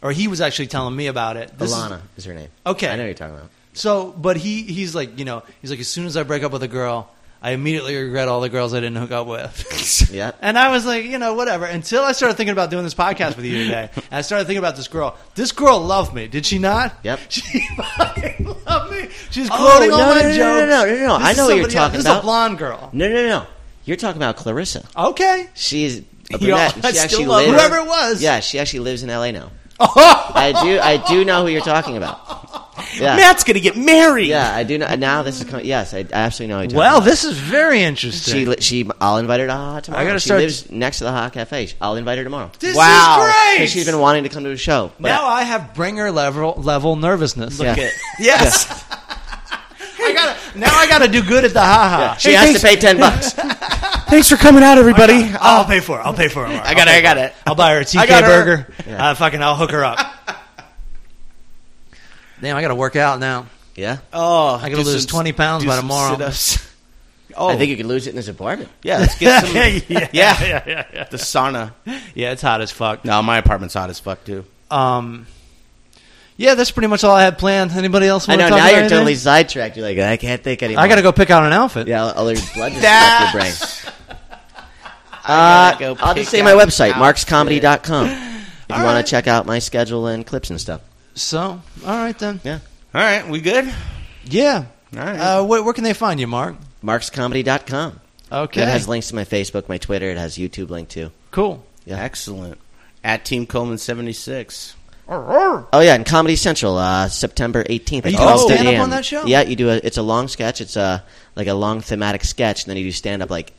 Speaker 1: or he was actually telling me about it. This is-
Speaker 3: Mm-hmm. Alana is, her name.
Speaker 1: Okay.
Speaker 3: I know what you're talking about.
Speaker 1: so, but he he's like, you know, he's like, as soon as I break up with a girl, I immediately regret all the girls I didn't hook up with.
Speaker 3: Yep.
Speaker 1: And I was like, you know, whatever. Until I started thinking about doing this podcast with you today, and I started thinking about this girl. This girl loved me, did she not?
Speaker 3: Yep.
Speaker 1: She fucking loved me. She's
Speaker 3: Oh,
Speaker 1: quoting all
Speaker 3: no,
Speaker 1: my
Speaker 3: no, no,
Speaker 1: jokes.
Speaker 3: no, no, no, no.
Speaker 1: This
Speaker 3: I
Speaker 1: is
Speaker 3: know what
Speaker 1: somebody
Speaker 3: you're
Speaker 1: else.
Speaker 3: talking
Speaker 1: This is a
Speaker 3: about.
Speaker 1: blonde girl.
Speaker 3: No, no, no. You're talking about Clarissa.
Speaker 1: Okay.
Speaker 3: She's a
Speaker 1: You know, I
Speaker 3: brunette. she
Speaker 1: still
Speaker 3: actually
Speaker 1: love
Speaker 3: lives,
Speaker 1: whoever it was.
Speaker 3: Yeah, she actually lives in L.A. now.
Speaker 1: Oh,
Speaker 3: I do, I do know who you're talking about. Yeah.
Speaker 2: Matt's gonna get married.
Speaker 3: Yeah, I do know. Now this is coming. Yes, I, I absolutely know. Who you're
Speaker 1: well,
Speaker 3: talking
Speaker 1: this is very interesting.
Speaker 3: about. she, she. I'll invite her to Ha Ha tomorrow.
Speaker 1: I gotta
Speaker 3: she
Speaker 1: start-
Speaker 3: lives next to the Ha Cafe. I'll invite her tomorrow.
Speaker 1: this
Speaker 2: Wow.
Speaker 1: is great.
Speaker 3: She's been wanting to come to the show. but-
Speaker 1: now I have bringer level level nervousness.
Speaker 3: Yeah.
Speaker 2: Okay. Yes.
Speaker 1: I gotta now I gotta do good at the haha.
Speaker 3: Yeah,
Speaker 1: ha.
Speaker 3: She has to pay ten bucks.
Speaker 2: Thanks for coming out, everybody.
Speaker 1: I'll pay for it. I'll pay for it.
Speaker 2: I got it. I got it.
Speaker 1: I'll buy her a TK
Speaker 2: got her.
Speaker 1: burger.
Speaker 3: Yeah.
Speaker 1: Uh, fucking, I'll hook her up. Damn, I gotta work out now.
Speaker 3: Yeah,
Speaker 2: Oh,
Speaker 1: I gotta lose 20 pounds by tomorrow.
Speaker 2: Oh,
Speaker 3: I think you could lose it in this apartment.
Speaker 2: yeah. Let's get some.
Speaker 1: yeah,
Speaker 2: yeah.
Speaker 1: yeah,
Speaker 2: yeah,
Speaker 1: yeah.
Speaker 2: the sauna.
Speaker 1: Yeah, it's hot as fuck.
Speaker 2: No, my apartment's hot as fuck too.
Speaker 1: Um, yeah, that's pretty much all I had planned. Anybody else?
Speaker 3: I
Speaker 1: wanna
Speaker 3: know.
Speaker 1: talk
Speaker 3: Now
Speaker 1: about
Speaker 3: you're
Speaker 1: anything?
Speaker 3: totally sidetracked. You're like, I can't think anymore.
Speaker 1: I gotta go pick out an outfit.
Speaker 3: Yeah, all your blood just
Speaker 2: That-
Speaker 3: left your brain.
Speaker 2: gotta go
Speaker 3: Uh, I'll
Speaker 2: pick
Speaker 3: just say my
Speaker 2: out
Speaker 3: website,
Speaker 2: outfit.
Speaker 3: markscomedy.com. If you
Speaker 1: All
Speaker 3: want
Speaker 1: right.
Speaker 3: to check out my schedule and clips and stuff.
Speaker 1: So, all right then.
Speaker 3: Yeah,
Speaker 2: All right, we good?
Speaker 1: Yeah.
Speaker 2: All right.
Speaker 1: Uh, where, where can they find you, Mark?
Speaker 3: markscomedy.com.
Speaker 1: Okay.
Speaker 3: It has links to my Facebook, my Twitter. It has YouTube link too.
Speaker 1: cool.
Speaker 3: yeah.
Speaker 2: Excellent. At Team Coleman seventy six.
Speaker 3: Oh yeah, and Comedy Central, uh, September eighteenth.
Speaker 1: Are you doing stand-up on that show?
Speaker 3: Yeah, you do. A, it's a long sketch. It's a like a long thematic sketch, and then you do stand up like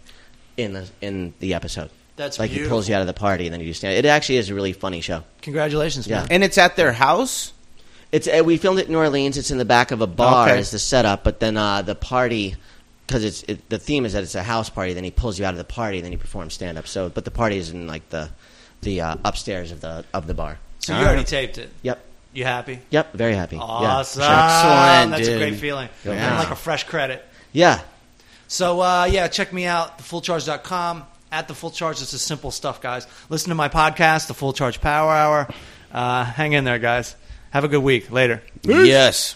Speaker 3: in the in the episode.
Speaker 1: That's
Speaker 3: like he
Speaker 1: beautiful.
Speaker 3: pulls you out of the party, and then you do stand. It actually is a really funny show.
Speaker 1: Congratulations,
Speaker 3: Yeah.
Speaker 1: man.
Speaker 2: And it's at their house.
Speaker 3: It's uh, we filmed it in New Orleans. It's in the back of a bar.
Speaker 2: Okay.
Speaker 3: Is the setup, but then uh, the party. Because it's it, the theme is that it's a house party, then he pulls you out of the party, then he performs stand up. So, but the party is in like the the uh, upstairs of the of the bar.
Speaker 1: So
Speaker 2: All
Speaker 1: you already
Speaker 2: right.
Speaker 1: taped it.
Speaker 3: Yep,
Speaker 1: You happy?
Speaker 3: yep, very happy. Yeah,
Speaker 1: Awesome.
Speaker 3: sure.
Speaker 2: Excellent,
Speaker 1: That's a
Speaker 2: dude.
Speaker 1: great feeling.
Speaker 3: Yeah.
Speaker 1: And like a fresh credit.
Speaker 3: yeah.
Speaker 1: So, uh, yeah, check me out, thefullcharge.com. at the full charge. It's just simple stuff, guys. Listen to my podcast, the Full Charge Power Hour. Uh, hang in there, guys. Have a good week. Later.
Speaker 5: Yes.